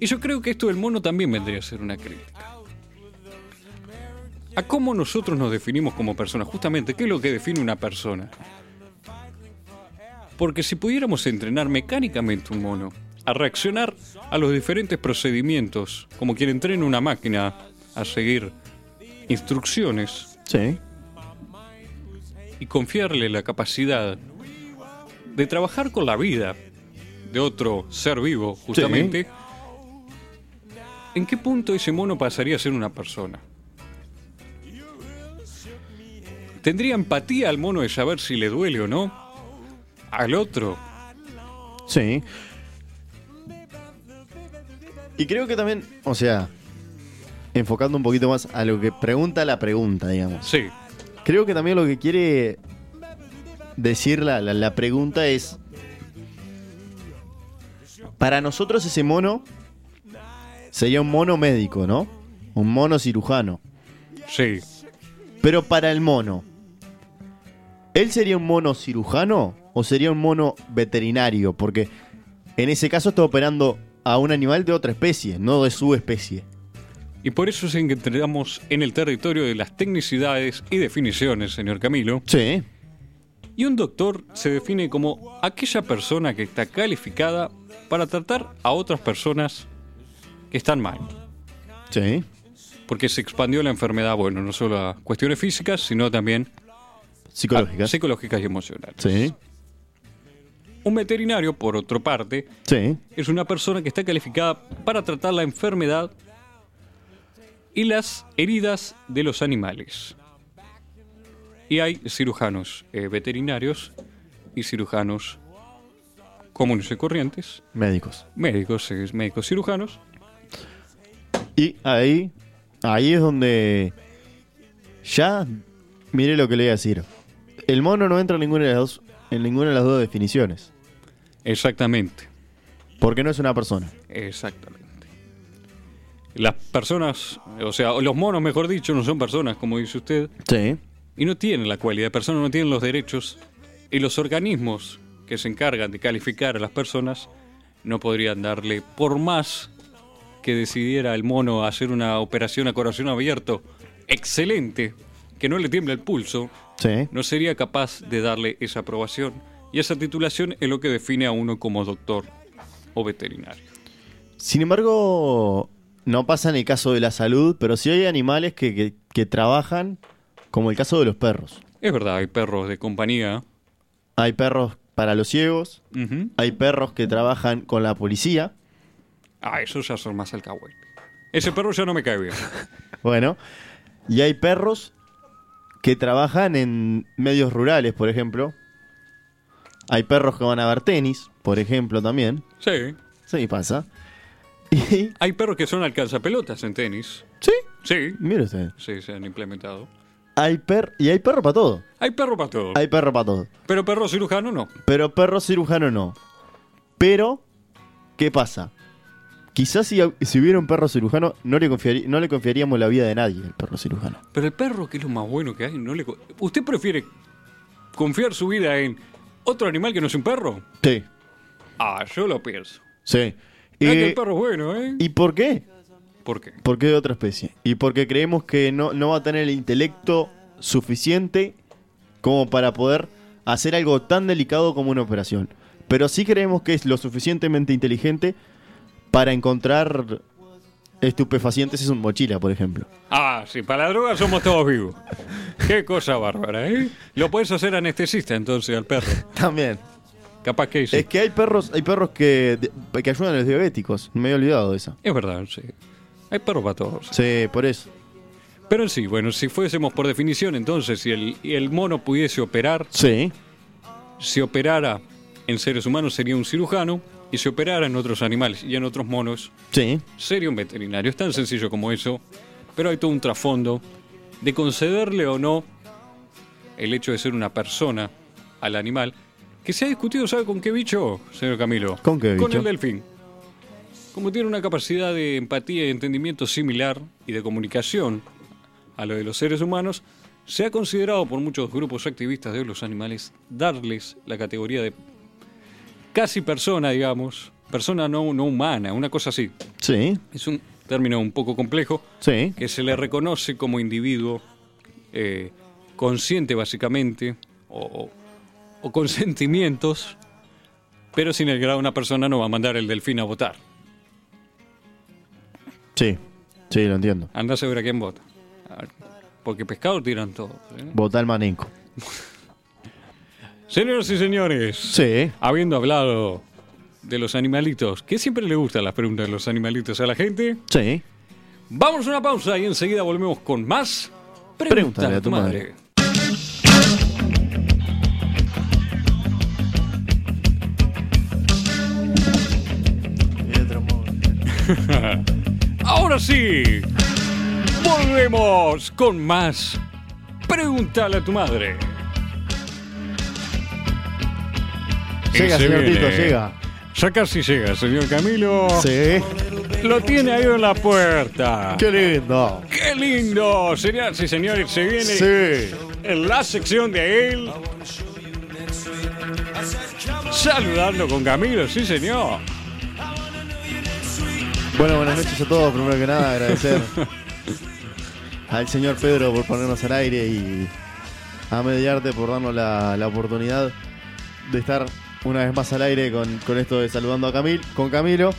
B: Y yo creo que esto del mono también vendría a ser una crítica. A cómo nosotros nos definimos como personas, justamente, ¿qué es lo que define una persona? Porque si pudiéramos entrenar mecánicamente un mono a reaccionar a los diferentes procedimientos, como quien entrena una máquina a seguir instrucciones,
C: Sí.
B: y confiarle la capacidad de trabajar con la vida de otro ser vivo, justamente, ¿en qué punto ese mono pasaría a ser una persona? ¿Tendría empatía al mono de saber si le duele o no? Al otro.
C: Sí. Y creo que también, o sea, enfocando un poquito más a lo que pregunta la pregunta, digamos.
B: Sí,
C: Creo que también lo que quiere decir la, la- la pregunta es, para nosotros ese mono sería un mono médico, ¿no? Un mono cirujano.
B: sí.
C: Pero para el mono, ¿él sería un mono cirujano o sería un mono veterinario? Porque en ese caso está operando a un animal de otra especie, no de su especie.
B: Y por eso es en que entramos en el territorio de las tecnicidades y definiciones, señor Camilo.
C: Sí.
B: Y un doctor se define como aquella persona que está calificada para tratar a otras personas que están mal.
C: Sí.
B: Porque se expandió la enfermedad, bueno, no solo a cuestiones físicas, sino también a
C: Psicológica. Ah, Sí.
B: psicológicas y emocionales.
C: Sí.
B: Un veterinario, por otra parte, es una persona que está calificada para tratar la enfermedad y las heridas de los animales. Y hay cirujanos eh, veterinarios y cirujanos comunes y corrientes.
C: Médicos.
B: médicos, eh, médicos cirujanos.
C: Y ahí, ahí es donde ya, mire lo que le voy a decir. El mono no entra en ninguna de las dos, en ninguna de las dos definiciones.
B: Exactamente,
C: Porque no es una persona.
B: exactamente. Las personas, o sea, los monos, mejor dicho, no son personas, como dice usted,
C: Sí.
B: y no tienen la cualidad de persona, no tienen los derechos, y los organismos que se encargan de calificar a las personas no podrían darle, por más que decidiera el mono hacer una operación a corazón abierto, excelente, que no le tiembla el pulso,
C: Sí.
B: no sería capaz de darle esa aprobación y esa titulación es lo que define a uno como doctor o veterinario.
C: Sin embargo, no pasa en el caso de la salud, pero sí hay animales que, que- que trabajan, como el caso de los perros.
B: Es verdad, hay perros de compañía.
C: Hay perros para los ciegos,
B: Ujú.
C: hay perros que trabajan con la policía.
B: Ah, esos ya son más alcahuete. Ese perro ya no me cae bien.
C: Bueno, y hay perros que trabajan en medios rurales, por ejemplo. Hay perros que van a ver tenis, por ejemplo, también.
B: Sí.
C: Sí, pasa. Y,
B: Hay perros que son alcanzapelotas en tenis.
C: sí,
B: Sí.
C: mire usted.
B: Sí, se han implementado.
C: Hay per y hay perro para todo.
B: Hay perro para todo.
C: Hay perro para todo.
B: Pero perro cirujano no.
C: Pero perro cirujano no. Pero, ¿qué pasa? Quizás si, si hubiera un perro cirujano, no le, confiari- no le confiaríamos la vida de nadie al perro cirujano.
B: Pero el perro, que es lo más bueno que hay, no le... co- ¿Usted prefiere confiar su vida en otro animal que no es un perro?
C: Sí,
B: Ah, yo lo pienso.
C: sí.
B: Ah, que
C: Eh,
B: el perro es bueno, ¿eh?
C: ¿Y por qué?
B: ¿Por qué?
C: Porque de otra especie. Y porque creemos que no, no va a tener el intelecto suficiente como para poder hacer algo tan delicado como una operación. Pero sí creemos que es lo suficientemente inteligente para encontrar estupefacientes en su mochila, por ejemplo.
B: Ah, sí, para la droga somos todos vivos. Qué cosa bárbara, ¿eh? Lo puedes hacer anestesista entonces al perro.
C: También.
B: Capaz que sí.
C: Es que hay perros, hay perros que, de- que ayudan a los diabéticos. Me he olvidado de eso.
B: Es verdad, sí. Hay perros para todos.
C: Sí, por eso.
B: Pero en sí, bueno, si fuésemos por definición, entonces, si el, y el mono pudiese operar,
C: Sí.
B: si operara en seres humanos sería un cirujano, y si operara en otros animales y en otros monos,
C: Sí.
B: sería un veterinario. Es tan sencillo como eso, pero hay todo un trasfondo de concederle o no el hecho de ser una persona al animal, que se ha discutido, ¿sabe con qué bicho, señor Camilo?
C: ¿Con qué
B: Con
C: bicho?
B: el delfín. Como tiene una capacidad de empatía y entendimiento similar y de comunicación a lo de los seres humanos, se ha considerado por muchos grupos activistas de los animales darles la categoría de casi persona, digamos, persona no, no humana, una cosa así.
C: Sí,
B: Es un término un poco complejo
C: sí.
B: que se le reconoce como individuo eh, consciente básicamente o, o- o con sentimientos, pero sin el grado una persona no va a mandar el delfín a votar.
C: Sí, sí, lo entiendo.
B: Andá a saber a quién vota. A ver, Porque pescado tiran todos. ¿eh?
C: Vota el maninco.
B: Señoras y señores,
C: Sí.
B: habiendo hablado de los animalitos, que siempre le gustan las preguntas de los animalitos a la gente,
C: Sí.
B: vamos a una pausa y enseguida volvemos con más
C: Pregúntale a tu madre.
B: Ahora sí, volvemos con más. Pregúntale a tu madre.
C: Llega,
B: Y se
C: señor Tito,
B: viene.
C: llega.
B: Ya casi llega, señor Camilo.
C: Sí.
B: Lo tiene ahí en la puerta.
C: Qué lindo.
B: ¡Qué lindo! Señoras y señores, se viene
C: Sí.
B: en la sección de él. Saludando con Camilo, sí señor.
C: Bueno, buenas noches a todos. Primero que nada, agradecer al señor Pedro por ponernos al aire y a Mediarte por darnos la, la oportunidad de estar una vez más al aire con, con esto de saludando a Camil, con Camilo.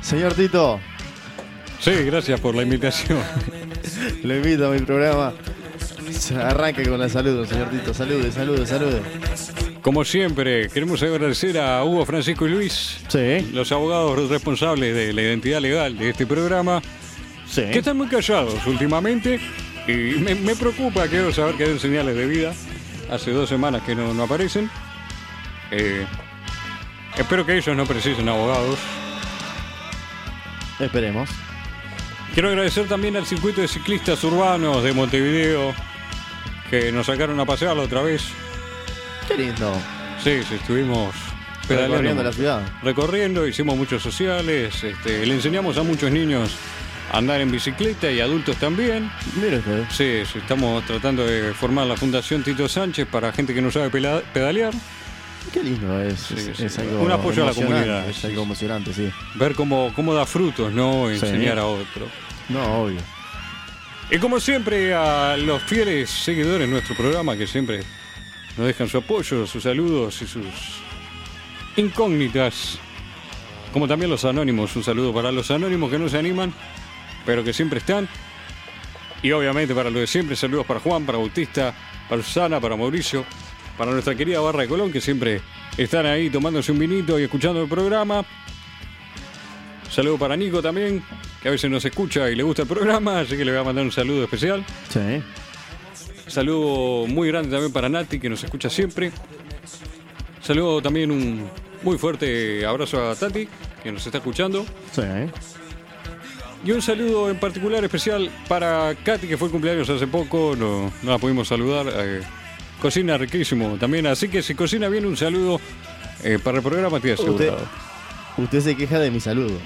C: Señor Tito,
B: Sí, gracias por la invitación.
C: lo invito a mi programa. Arranque con la salud, señor Tito. Salude, salude, salude.
B: Como siempre, queremos agradecer a Hugo, Francisco y Luis,
C: Sí,
B: los abogados responsables de la identidad legal de este programa,
C: sí.
B: que están muy callados últimamente y me, me preocupa, quiero saber que den señales de vida. Hace dos semanas que no, no aparecen. Eh, espero que ellos no precisen abogados.
C: Esperemos.
B: Quiero agradecer también al circuito de ciclistas urbanos de Montevideo que nos sacaron a pasear la otra vez.
C: Qué lindo.
B: Sí, sí, estuvimos pedaleando.
C: Recorriendo la ciudad.
B: Recorriendo, hicimos muchos sociales, este, le enseñamos a muchos niños a andar en bicicleta y adultos también.
C: Mire usted.
B: Sí, sí, estamos tratando de formar la Fundación Tito Sánchez para gente que no sabe pela- pedalear,
C: Qué lindo es. es-
B: sí.
C: es algo
B: Un apoyo a la
C: emocionante,
B: comunidad.
C: Es algo emocionante, sí.
B: ver cómo, cómo da frutos, ¿no? Enseñar a otro.
C: No, obvio.
B: Y como siempre, a los fieles seguidores de nuestro programa que siempre nos dejan su apoyo, sus saludos y sus incógnitas. Como también los anónimos, un saludo para los anónimos que no se animan, pero que siempre están. Y obviamente para los de siempre, saludos para Juan, para Bautista, para Susana, para Mauricio, para nuestra querida Barra de Colón, que siempre están ahí tomándose un vinito y escuchando el programa. Saludo para Nico también, que a veces nos escucha y le gusta el programa, así que le voy a mandar un saludo especial.
C: Sí.
B: Saludo muy grande también para Nati, que nos escucha siempre. Saludo también un muy fuerte abrazo a Tati, que nos está escuchando.
C: Sí. ¿eh?
B: Y un saludo en particular especial para Katy, que fue cumpleaños hace poco, no, no la pudimos saludar. eh, cocina riquísimo también, así que si cocina bien, un saludo eh, para el programa, te
C: Usted,
B: asegurado.
C: usted se queja de mis saludos.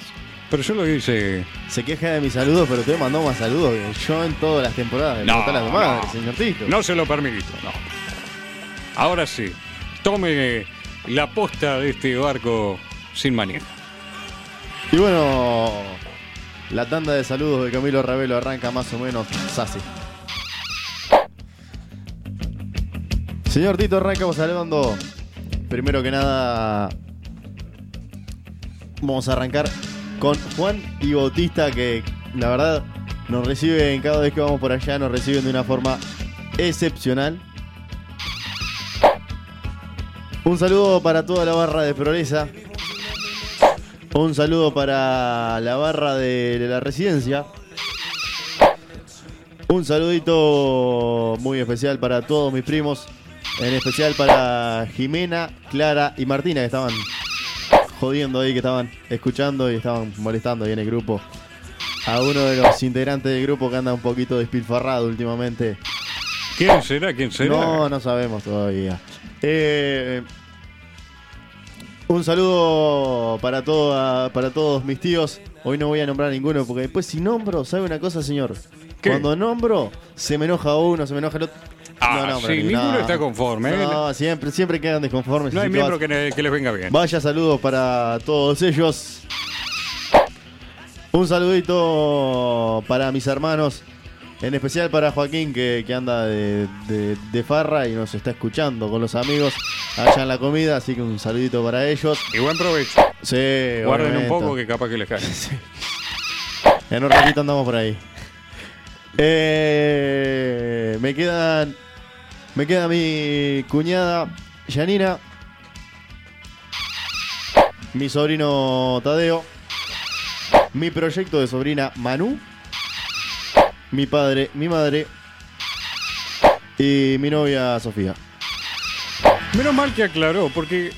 B: Pero yo lo hice.
C: Se queja de mis saludos, pero usted mandó más saludos que yo en todas las temporadas.
B: No,
C: Está la madre,
B: no.
C: señor Tito.
B: No se lo permito, no. Ahora sí, tome la posta de este barco sin manía.
C: Y bueno, la tanda de saludos de Camilo Ravelo arranca más o menos así. Señor Tito, arrancamos saludando. Primero que nada, vamos a arrancar con Juan y Bautista, que la verdad nos reciben cada vez que vamos por allá, nos reciben de una forma excepcional. Un saludo para toda la barra de Progresa, un saludo para la barra de la residencia. Un saludito muy especial para todos mis primos. En especial para Jimena, Clara y Martina que estaban jodiendo ahí, que estaban escuchando y estaban molestando ahí en el grupo. A uno de los integrantes del grupo que anda un poquito despilfarrado últimamente.
B: ¿Quién será? ¿Quién será?
C: No, no sabemos todavía. Eh, un saludo para, toda- para todos mis tíos. Hoy no voy a nombrar ninguno porque después si nombro, ¿sabe una cosa, señor?
B: ¿Qué?
C: Cuando nombro, se me enoja uno, se me enoja el otro.
B: Ah,
C: No, no,
B: sí,
C: pero que
B: ninguno
C: no.
B: está conforme. ¿eh? No,
C: No, siempre, siempre quedan desconformes.
B: hay
C: así que
B: miembro
C: va-
B: que, ne- que les venga bien.
C: Vaya saludos para todos ellos. Un saludito para mis hermanos. En especial para Joaquín que, que anda de, de- de farra y nos está escuchando con los amigos allá en la comida, así que un saludito para ellos.
B: Y buen provecho.
C: Sí,
B: Guarden un
C: obviamente.
B: poco que capaz que les cae.
C: En un ratito andamos por ahí. Eh, me quedan. Me queda mi cuñada Yanina. Mi sobrino Tadeo. Mi proyecto de sobrina Manu. Mi padre, mi madre. Y mi novia Sofía.
B: Menos mal que aclaró, porque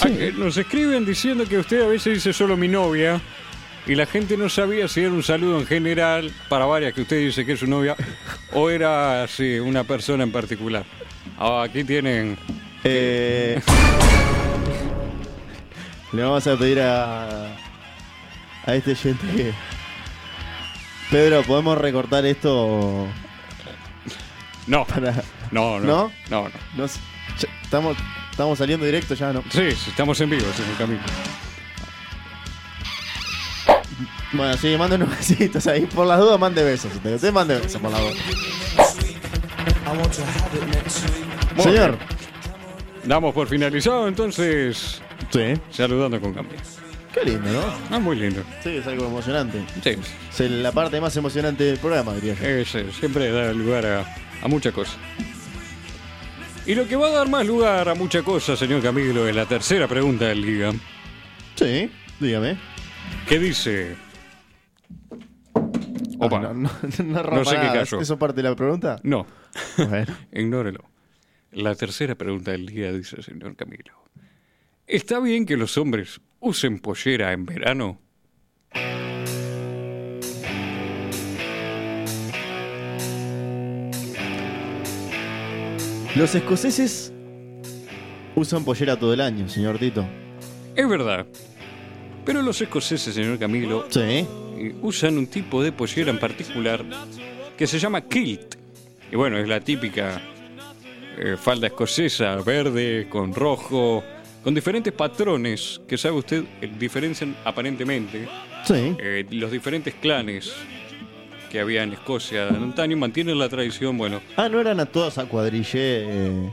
B: ah, eh, nos escriben diciendo que usted a veces dice solo mi novia y la gente no sabía si era un saludo en general para varias que usted dice que es su novia o era así una persona en particular. Ah, aquí tienen.
C: Eh, le vamos a pedir a. A este gente que. Pedro, ¿podemos recortar esto?
B: No,
C: Para...
B: no, no, no,
C: ¿No?
B: no.
C: no sé, ya estamos, estamos saliendo directo ya, ¿no?
B: Sí, sí, estamos en vivo, sí, en el camino.
C: Bueno, sí, manden unos besitos ahí. Por las dudas, mande besos. Usted, usted mande besos por las dudas.
B: Muy
C: Señor.
B: Damos por finalizado entonces,
C: Sí.
B: saludando con cambio.
C: Qué lindo, ¿no?
B: Ah, muy lindo.
C: Sí, es algo emocionante.
B: Sí,
C: Es la parte más emocionante del programa, diría yo.
B: es, eh, siempre da lugar a, a mucha cosa. Y lo que va a dar más lugar a mucha cosa, señor Camilo, es la tercera pregunta del Liga,
C: Sí, dígame.
B: que dice... Opa, no,
C: Ah, no, no, no rompa
B: No sé qué
C: nada.
B: cayó.
C: ¿Eso parte de la pregunta? Bueno.
B: ignórelo. La tercera pregunta del Liga dice, señor Camilo. ¿Está bien que los hombres usen pollera en verano?
C: Los escoceses usan pollera todo el año, señor Tito.
B: Es verdad. Pero los escoceses, señor Camilo,
C: Sí.
B: eh, usan un tipo de pollera en particular que se llama kilt. Y bueno, es la típica eh, falda escocesa, verde, con rojo, con diferentes patrones que, sabe usted, eh, diferencian aparentemente
C: Sí.
B: eh, los diferentes clanes que había en Escocia de antaño. Mantienen la tradición, bueno,
C: Ah, no eran a todas a cuadrille eh,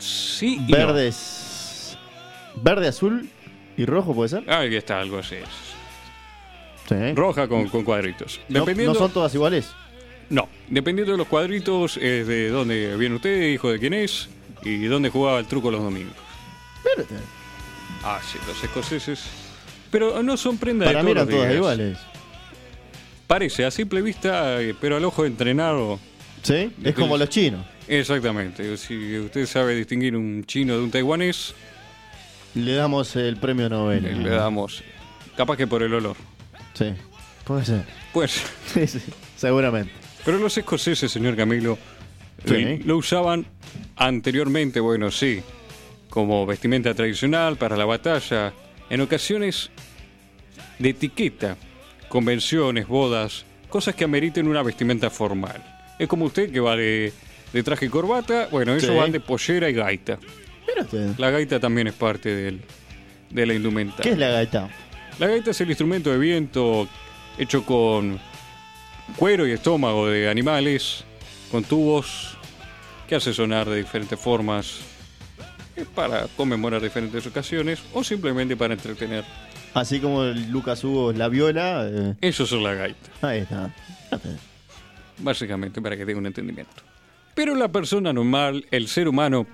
B: sí y no.
C: verdes. Verde, azul y rojo, ¿puede ser?
B: Ahí está, algo así.
C: Sí.
B: Roja con, con cuadritos.
C: No,
B: Dependiendo-
C: no son todas iguales.
B: No, dependiendo de los cuadritos, es de dónde viene usted, hijo de quién es, y dónde jugaba el truco los domingos.
C: Verde.
B: Eh, Ah, sí, los escoceses. Pero no son prendas de
C: Para mí
B: todos
C: eran
B: los
C: todas
B: días.
C: iguales.
B: Parece, a simple vista, eh, pero al ojo entrenado.
C: Sí. Es como los chinos.
B: Exactamente. Si usted sabe distinguir un chino de un taiwanés,
C: Le damos el premio Nobel.
B: eh, le damos. Capaz que por el olor.
C: Sí. Puede ser.
B: Pues.
C: Sí, sí. Seguramente.
B: Pero los escoceses, señor Camilo,
C: Sí.
B: eh, lo usaban anteriormente, bueno, sí, como vestimenta tradicional para la batalla, en ocasiones de etiqueta, convenciones, bodas, cosas que ameriten una vestimenta formal. Es como usted que va de, de traje y corbata, bueno, ellos
C: Sí.
B: van de pollera y gaita.
C: Mira usted.
B: La gaita también es parte del, de la indumentaria.
C: este, ¿Qué es la gaita?
B: La gaita es el instrumento de viento hecho con cuero y estómago de animales, con tubos, que hace sonar de diferentes formas eh, para conmemorar diferentes ocasiones o simplemente para entretener.
C: Así como el Lucas Hugo es la viola. eh,
B: Eso es la gaita,
C: ahí está.
B: básicamente para que tenga un entendimiento. Pero la persona normal, el ser humano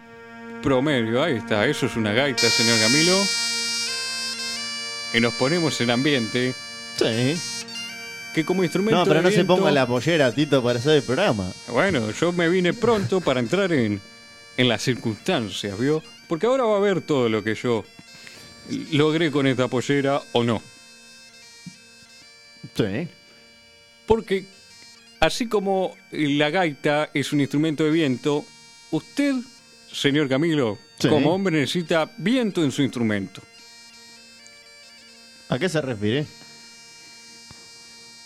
B: promedio, ahí está, eso es una gaita, señor Camilo. Y nos ponemos en ambiente
C: Sí.
B: que como instrumento
C: No, pero
B: de
C: no se
B: viento-
C: ponga la pollera, Tito, para hacer el programa.
B: Bueno, yo me vine pronto para entrar en, en las circunstancias, ¿vio? Porque ahora va a ver todo lo que yo logré con esta pollera o no.
C: Sí.
B: Porque así como la gaita es un instrumento de viento, usted, señor Camilo,
C: Sí.
B: como hombre necesita viento en su instrumento.
C: ¿A qué se refiere?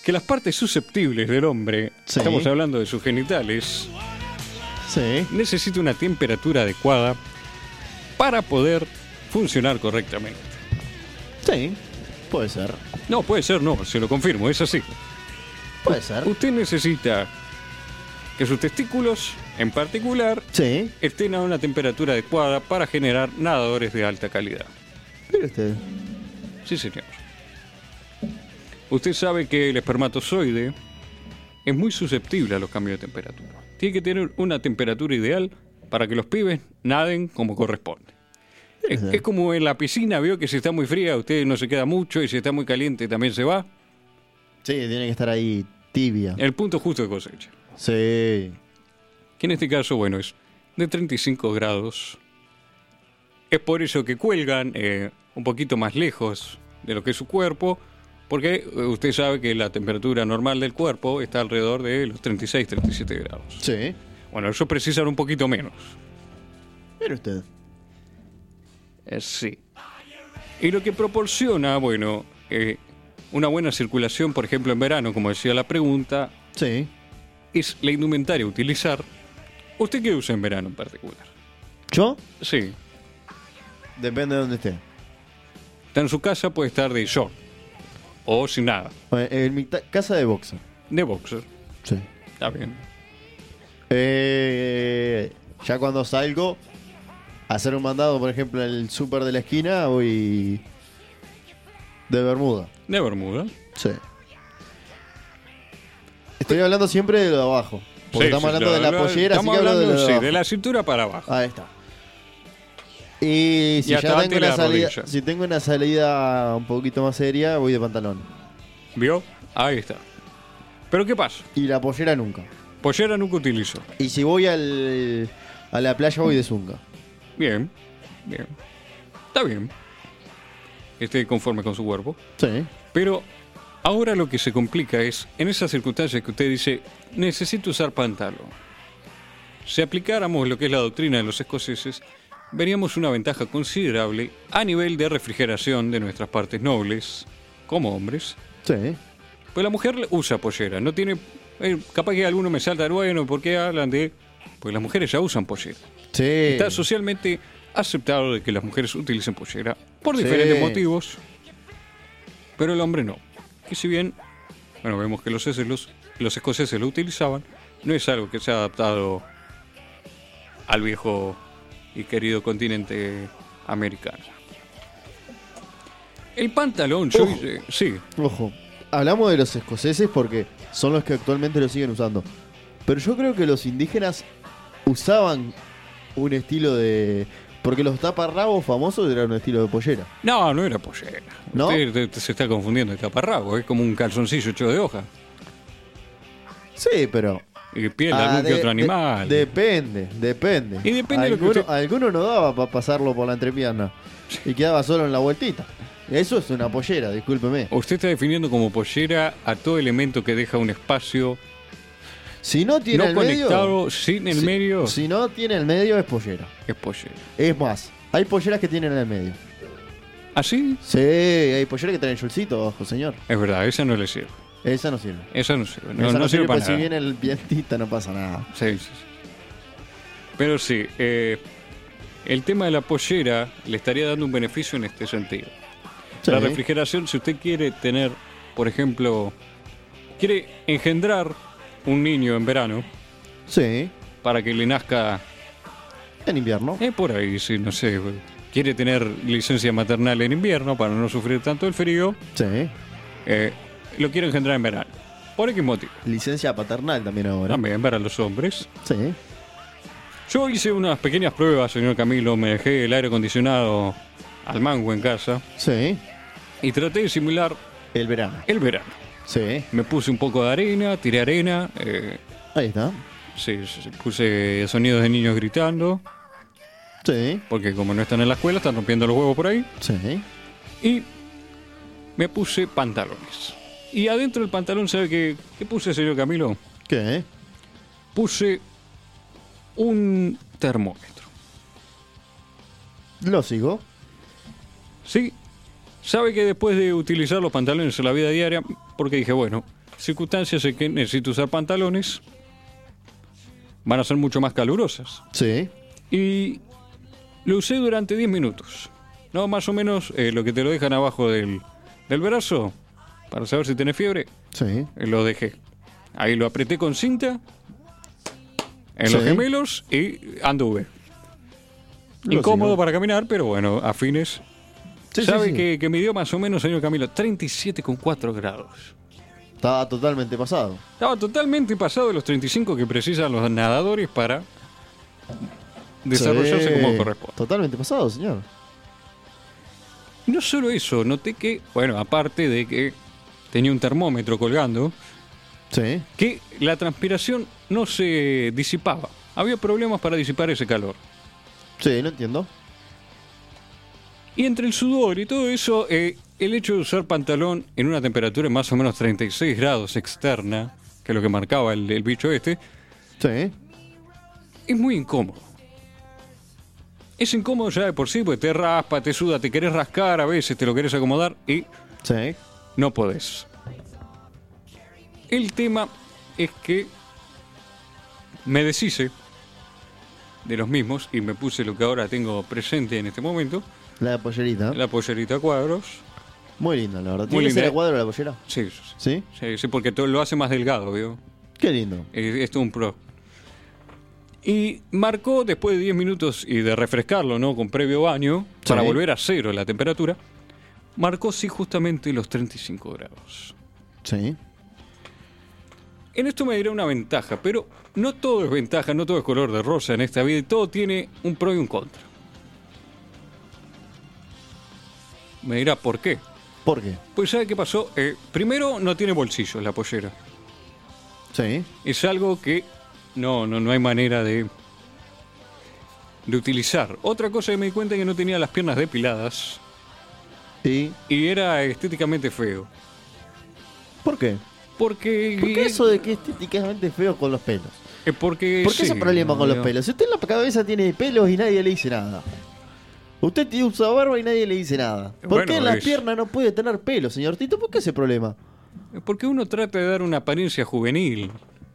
B: Que las partes susceptibles del hombre,
C: Sí.
B: estamos hablando de sus genitales,
C: Sí.
B: necesita una temperatura adecuada para poder funcionar correctamente.
C: Sí. Puede ser.
B: No, puede ser, no, se lo confirmo, es así.
C: Puede ser.
B: Usted necesita que sus testículos, en particular,
C: Sí.
B: estén a una temperatura adecuada para generar nadadores de alta calidad.
C: Mire usted.
B: Sí, señor. Usted sabe que el espermatozoide es muy susceptible a los cambios de temperatura. Tiene que tener una temperatura ideal para que los pibes naden como corresponde. Es, es como en la piscina, veo que si está muy fría, usted no se queda mucho y si está muy caliente también se va.
C: Sí, tiene que estar ahí tibia.
B: El punto justo de cosecha.
C: Sí.
B: Que en este caso, bueno, es de 35 grados. Es por eso que cuelgan eh, un poquito más lejos de lo que es su cuerpo, porque eh, usted sabe que la temperatura normal del cuerpo está alrededor de los 36-37 grados.
C: Sí.
B: Bueno, ellos precisan un poquito menos.
C: Mire usted.
B: Eh, sí. Y lo que proporciona, bueno, eh, una buena circulación, por ejemplo, en verano, como decía la pregunta,
C: Sí.
B: es la indumentaria a utilizar. ¿Usted qué usa en verano en particular?
C: ¿Yo?
B: Sí.
C: Depende de dónde esté.
B: Está en su casa, puede estar de short. O sin nada.
C: Eh, En mi ta- casa de boxeo.
B: De boxer.
C: Sí.
B: Está bien.
C: Eh, ya cuando salgo a hacer un mandado, por ejemplo, en el súper de la esquina, voy de Bermuda.
B: De bermuda.
C: Sí. Estoy hablando siempre de lo de abajo. Porque
B: Sí,
C: estamos
B: sí,
C: hablando de la pollera, así
B: estamos
C: que hablo de lo
B: hablando,
C: de
B: sí,
C: abajo.
B: de la cintura para abajo.
C: Ahí está. Y si
B: Y hasta
C: ya
B: antes
C: tengo una
B: la
C: salida,
B: rodilla.
C: si tengo una salida un poquito más seria, voy de pantalón.
B: ¿Vio? Ahí está. Pero ¿qué pasa?
C: Y la pollera nunca.
B: Pollera nunca utilizo.
C: Y si voy al, a la playa, voy de zunga.
B: Bien. Bien. Está bien. Esté conforme con su cuerpo.
C: Sí.
B: Pero ahora lo que se complica es, en esas circunstancias que usted dice, necesito usar pantalón. Si aplicáramos lo que es la doctrina de los escoceses, veríamos una ventaja considerable a nivel de refrigeración de nuestras partes nobles, como hombres.
C: Sí.
B: Pues la mujer usa pollera, no tiene... eh, capaz que alguno me salta, bueno, ¿por qué hablan de...? Pues las mujeres ya usan pollera.
C: Sí.
B: Está socialmente aceptado de que las mujeres utilicen pollera por
C: Sí.
B: diferentes motivos, pero el hombre no. Que si bien, bueno, vemos que los, eses- los, los escoceses lo utilizaban, no es algo que se ha adaptado al viejo y querido continente americano. El pantalón, yo,
C: Ojo.
B: eh, sí,
C: Ojo, hablamos de los escoceses porque son los que actualmente lo siguen usando. Pero yo creo que los indígenas usaban un estilo de... Porque los taparrabos famosos eran un estilo de pollera.
B: no, no era pollera.
C: ¿No?
B: Usted te- te- se está confundiendo el taparrabo, es como un calzoncillo hecho de hoja.
C: Sí, pero...
B: Y piel de
C: Ah,
B: algún que
C: de-
B: otro
C: de-
B: animal.
C: depende, depende.
B: Y depende de lo que
C: alguno,
B: usted-
C: alguno no daba para pasarlo por la entrepierna. Y quedaba solo en la vueltita. Eso es una pollera, discúlpeme.
B: Usted está definiendo como pollera a todo elemento que deja un espacio
C: Si no tiene
B: no
C: el
B: conectado,
C: medio...
B: sin el
C: si-
B: medio,
C: Si no tiene el medio es pollera.
B: es pollera.
C: Es más, hay polleras que tienen el medio.
B: ¿Así?
C: Sí, hay pollera que traen yolcito abajo, señor.
B: ¿Ah, es verdad, esa no le sirve.
C: Esa no sirve.
B: Esa no sirve. No,
C: Esa pues,
B: no sirve para
C: si
B: nada.
C: viene el vientista no pasa nada.
B: Sí, sí, sí. Pero sí, eh, el tema de la pollera le estaría dando un beneficio en este sentido.
C: Sí.
B: La refrigeración, si usted quiere tener, por ejemplo, quiere engendrar un niño en verano
C: Sí,
B: para que le nazca
C: en invierno.
B: Eh, por ahí, sí, no sé. Quiere tener licencia maternal en invierno para no sufrir tanto el frío.
C: Sí.
B: eh, lo quiere engendrar en verano. ¿Por qué motivo?
C: Licencia paternal también ahora.
B: También para los hombres.
C: Sí.
B: Yo hice unas pequeñas pruebas, señor Camilo. Me dejé el aire acondicionado al mango en casa
C: Sí.
B: y traté de simular
C: El verano.
B: el verano.
C: Sí.
B: Me puse un poco de arena, tiré arena, eh,
C: Ahí está.
B: sí, sí, sí, puse sonidos de niños gritando,
C: Sí.
B: porque como no están en la escuela, están rompiendo los huevos por ahí.
C: Sí.
B: y me puse pantalones. Y adentro del pantalón, ¿sabe qué, qué puse, señor Camilo?
C: ¿Qué?
B: Puse un termómetro.
C: Lo sigo.
B: ¿Sí? ¿Sabe que después de utilizar los pantalones en la vida diaria, porque dije, bueno, circunstancias en que necesito usar pantalones, van a ser mucho más calurosas.
C: Sí.
B: Y lo usé durante 10 minutos. No, más o menos eh, lo que te lo dejan abajo del, del brazo, para saber si tenés fiebre,
C: Sí.
B: eh, lo dejé. Ahí lo apreté con cinta en los
C: Sí.
B: gemelos y anduve.
C: Lógico.
B: Incómodo para caminar, pero bueno, afines.
C: Sí, sí,
B: Sabe
C: sí.
B: Que, que midió más o menos, señor Camilo, 37,4 grados.
C: Estaba totalmente pasado.
B: Estaba totalmente pasado de los 35 que precisan los nadadores para desarrollarse
C: Sí.
B: como corresponde.
C: Totalmente pasado, señor.
B: No solo eso, noté que, bueno, aparte de que tenía un termómetro colgando,
C: Sí.
B: que la transpiración no se disipaba. Había problemas para disipar ese calor.
C: Sí, no entiendo.
B: Y entre el sudor y todo eso, eh, el hecho de usar pantalón en una temperatura de más o menos 36 grados externa, que es lo que marcaba el, el bicho este,
C: Sí.
B: es muy incómodo. Es incómodo ya de por sí, porque te raspa, te suda, te querés rascar a veces, te lo querés acomodar y
C: Sí.
B: no podés. El tema es que me deshice de los mismos y me puse lo que ahora tengo presente en este momento,
C: La pollerita.
B: la pollerita a cuadros.
C: Muy linda, la verdad.
B: Muy
C: ¿Tiene que
B: linda,
C: ser
B: eh.
C: el cuadro de la pollera?
B: Sí, sí, sí.
C: Sí.
B: Sí, sí, porque todo lo hace más delgado, ¿vio?
C: Qué lindo.
B: Eh, Esto es un pro. Y marcó después de 10 minutos y de refrescarlo, ¿no? Con previo baño,
C: Sí.
B: para volver a cero la temperatura, marcó sí justamente los 35 grados.
C: Sí.
B: En esto me dirá una ventaja, pero no todo es ventaja, no todo es color de rosa en esta vida y todo tiene un pro y un contra. Me dirá por qué.
C: ¿Por qué?
B: Pues ¿sabe qué pasó? Eh, primero, no tiene bolsillos la pollera.
C: Sí.
B: es algo que no, no, no hay manera de, de utilizar. Otra cosa que me di cuenta es que no tenía las piernas depiladas
C: ¿Y
B: y era estéticamente feo.
C: por qué?
B: Porque.
C: ¿Por qué eso de que estéticamente feo con los pelos?
B: eh, porque
C: ¿Por qué
B: sí,
C: ese problema con los
B: amigo.
C: pelos? Si usted en la cabeza tiene pelos y nadie le dice nada. Usted tiene usa barba y nadie le dice nada. ¿Por
B: Bueno,
C: qué en la
B: es-
C: pierna no puede tener pelo, señor Tito? ¿Por qué ese problema?
B: Porque uno trata de dar una apariencia juvenil.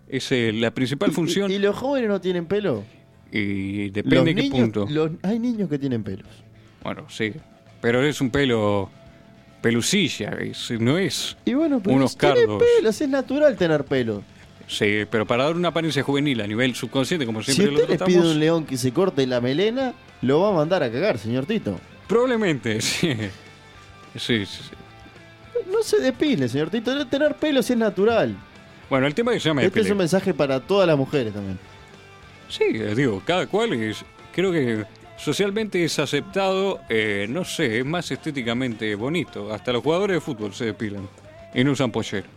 B: Es eh, la principal función.
C: ¿Y, y los jóvenes no tienen pelo?
B: Y depende
C: Los
B: de qué
C: niños,
B: punto.
C: los- hay niños que tienen pelos.
B: Bueno, sí. Pero es un pelo. Pelucilla, es- no es.
C: Y bueno, pero
B: Unos
C: si tienen
B: cardos.
C: pelos, es natural tener pelos.
B: Sí, pero para dar una apariencia juvenil a nivel subconsciente, como
C: Si
B: siempre lo
C: usted le pide a
B: tratamos,
C: un león que se corte la melena, lo va a mandar a cagar, señor Tito.
B: Probablemente, sí. Sí, sí, sí.
C: No se depile, señor Tito. de Tener pelos es natural.
B: Bueno, el tema es que ya me
C: Este es
B: depilé.
C: un mensaje para todas las mujeres también.
B: Sí, eh, digo, cada cual es. Creo que socialmente es aceptado, eh, no sé, es más estéticamente bonito. Hasta los jugadores de fútbol se depilan y no usan pollera.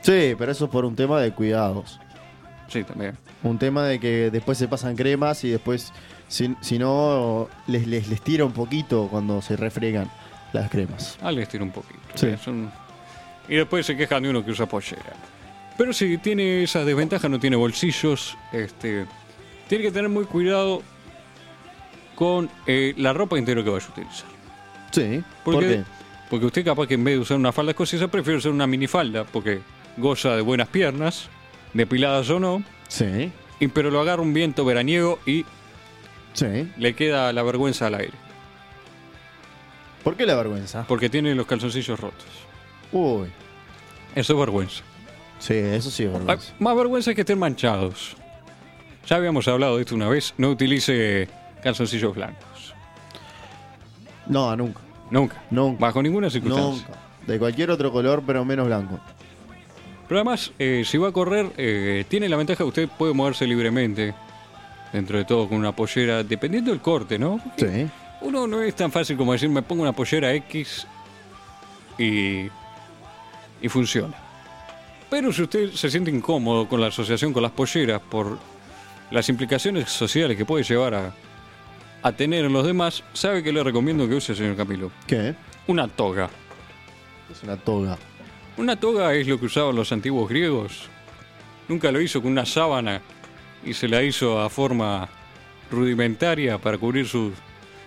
C: Sí, pero eso es por un tema de cuidados.
B: Sí, también.
C: Un tema de que después se pasan cremas y después, si, si no, les, les, les tira un poquito cuando se refregan las cremas.
B: Ah, les tiro un poquito.
C: Sí.
B: eh, son- Y después se quejan de uno que usa pollera. Pero sí, tiene esas desventajas, no tiene bolsillos. Este, tiene que tener muy cuidado con eh, la ropa interior que vaya a utilizar.
C: Sí. ¿Por,
B: Porque,
C: qué?
B: Porque usted capaz que en vez de usar una falda escocesa, prefiere usar una minifalda, porque goza de buenas piernas, depiladas o no,
C: Sí.
B: y, pero lo agarra un viento veraniego y
C: Sí.
B: le queda la vergüenza al aire,
C: ¿Por qué la vergüenza?
B: porque tiene los calzoncillos rotos.
C: Uy.
B: Eso es vergüenza.
C: Sí, eso sí es
B: Ay,
C: vergüenza.
B: más vergüenza es que estén manchados. Ya habíamos hablado de esto una vez, no utilice calzoncillos blancos.
C: No, nunca.
B: Nunca.
C: Nunca.
B: Bajo ninguna circunstancia.
C: Nunca. De cualquier otro color, pero menos blanco.
B: Pero además, eh, si va a correr, eh, tiene la ventaja que usted puede moverse libremente. Dentro de todo, con una pollera, dependiendo del corte, ¿no?
C: Sí.
B: Uno no es tan fácil como decir, me pongo una pollera X y, y funciona. Pero si usted se siente incómodo con la asociación con las polleras por las implicaciones sociales que puede llevar a, a tener en los demás, sabe que le recomiendo que use, señor Camilo,
C: ¿Qué?
B: una toga.
C: Es una toga.
B: Una toga es lo que usaban los antiguos griegos. Nunca lo hizo con una sábana y se la hizo a forma rudimentaria para cubrir su,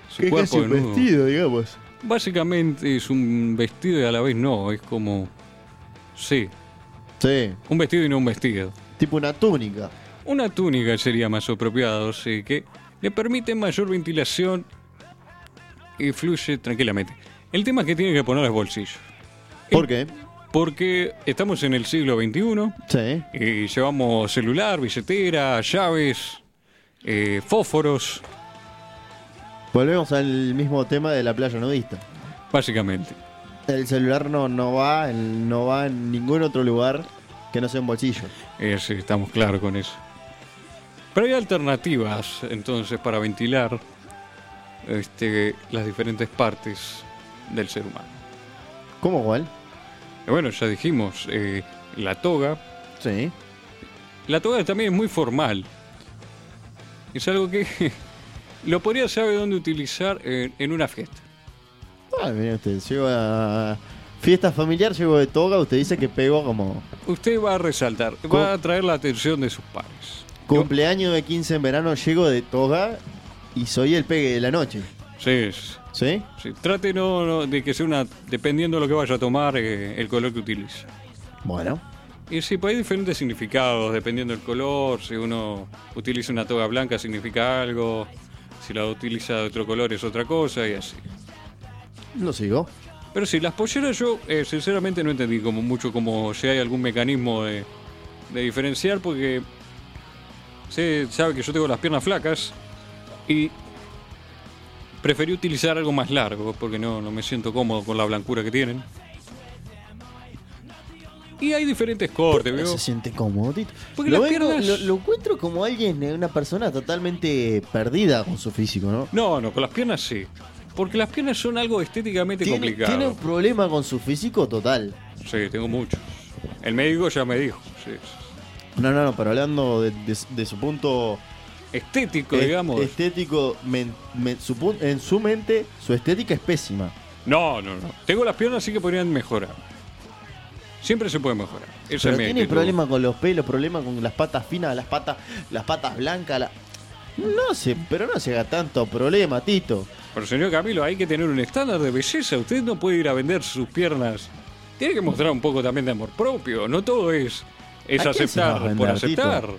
B: su cuerpo desnudo.
C: digamos.
B: Básicamente es un vestido y a la vez no, es como... Sí,
C: Sí.
B: un vestido y no un vestido.
C: Tipo una túnica.
B: Una túnica sería más apropiado, sí, que le permite mayor ventilación y fluye tranquilamente. El tema es que tiene que poner los bolsillos.
C: ¿Por qué?
B: Porque estamos en el siglo XXI
C: Sí.
B: y llevamos celular, billetera, llaves, eh, fósforos,
C: Volvemos al mismo tema de la playa nudista.
B: básicamente.
C: El celular no, no va, en- no va en ningún otro lugar que no sea un bolsillo.
B: Eh, sí, estamos claros con eso. Pero hay alternativas entonces para ventilar este, las diferentes partes del ser humano.
C: ¿Cómo cuál?
B: Y Bueno, ya dijimos, eh, la toga.
C: Sí.
B: La toga también es muy formal. Es algo que lo podría saber dónde utilizar en, en una fiesta.
C: Ah, mire usted, llego a fiesta familiar, llego de toga, usted dice que pego como
B: Usted va a resaltar,
C: Co-
B: va a atraer la atención de sus pares.
C: cumpleaños de 15 en verano, llego de toga y soy el pegue de la noche.
B: Sí, sí.
C: ¿Sí?
B: sí. Trate no, no, de que sea una, dependiendo de lo que vaya a tomar, eh, el color que utiliza.
C: Bueno.
B: Y sí, pues hay diferentes significados, dependiendo del color. Si uno utiliza una toga blanca significa algo, si la utiliza de otro color es otra cosa y así.
C: Lo sigo.
B: Pero sí, las polleras yo eh, sinceramente no entendí como mucho como si hay algún mecanismo de, de diferenciar porque se sabe que yo tengo las piernas flacas y preferí utilizar algo más largo porque no, no me siento cómodo con la blancura que tienen. Y hay diferentes cortes,
C: No
B: ¿veo?
C: se siente cómodo, Tito.
B: Porque
C: lo,
B: las
C: vengo-
B: piernas-
C: lo, lo encuentro como alguien, eh, una persona totalmente perdida con su físico, ¿no?
B: No, no, con las piernas sí. Porque las piernas son algo estéticamente
C: Tiene,
B: complicado.
C: tiene un problema con su físico total.
B: Sí, tengo muchos. El médico ya me dijo. sí.
C: No, no, no, pero hablando de, de- de su punto
B: Estético,
C: est-
B: digamos.
C: estético, men- men- su pun- en su mente, su estética es pésima.
B: No, no, no. Tengo las piernas así que podrían mejorar. Siempre se puede mejorar. Esa
C: Pero
B: es mi
C: tiene
B: actitud.
C: problemas con los pelos, problemas con las patas finas, las patas, las patas blancas, la- no sé, pero no se haga tanto problema, Tito.
B: Pero señor Camilo, hay que tener un estándar de belleza. Usted no puede ir a vender sus piernas. Tiene que mostrar un poco también de amor propio. No todo es, es
C: ¿A quién se va a
B: aceptar por
C: vender, Tito?
B: aceptar.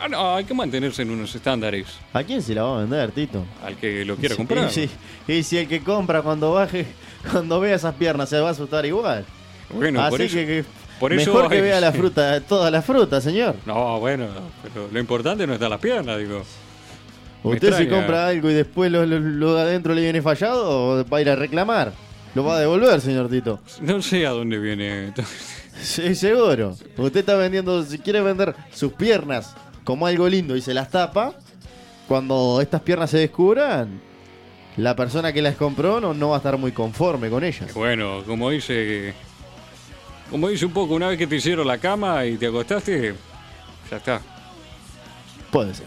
B: Ah, no, hay que mantenerse en unos estándares
C: ¿A quién se la va a vender, Tito?
B: al que lo quiera comprar.
C: Y si, y si el que compra cuando baje, cuando vea esas piernas, se va a asustar igual.
B: Bueno,
C: Así
B: por eso,
C: que, que
B: por eso
C: mejor que
B: hay-
C: vea la fruta, toda la fruta, señor.
B: No, bueno, pero lo importante no está en las piernas, digo. Me
C: Usted si
B: extraña.
C: compra algo y después lo, lo- lo de adentro le viene fallado, va a ir a reclamar. Lo va a devolver, señor Tito.
B: No sé a dónde viene.
C: Sí, seguro. Usted está vendiendo, si quiere vender sus piernas como algo lindo y se las tapa, cuando estas piernas se descubran, la persona que las compró no, no va a estar muy conforme con ellas.
B: Bueno, como dice. Como dice un poco, una vez que te hicieron la cama y te acostaste, ya está.
C: Puede ser.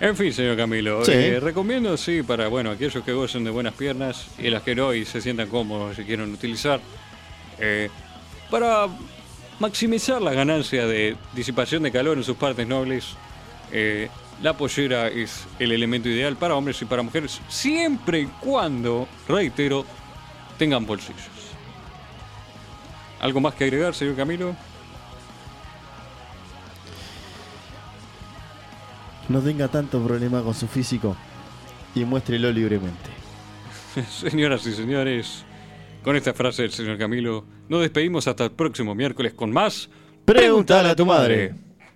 B: En fin, señor Camilo,
C: Sí.
B: eh, recomiendo, sí, para bueno, aquellos que gocen de buenas piernas y las que no y se sientan cómodos si quieren utilizar, eh, para maximizar la ganancia de disipación de calor en sus partes nobles, eh, la pollera es el elemento ideal para hombres y para mujeres, siempre y cuando, reitero, tengan bolsillos. ¿Algo más que agregar, señor Camilo?
C: No tenga tanto problema con su físico y muéstrelo libremente.
B: Señoras y señores, con esta frase del señor Camilo, nos despedimos hasta el próximo miércoles con más.
C: Pregúntale a tu madre.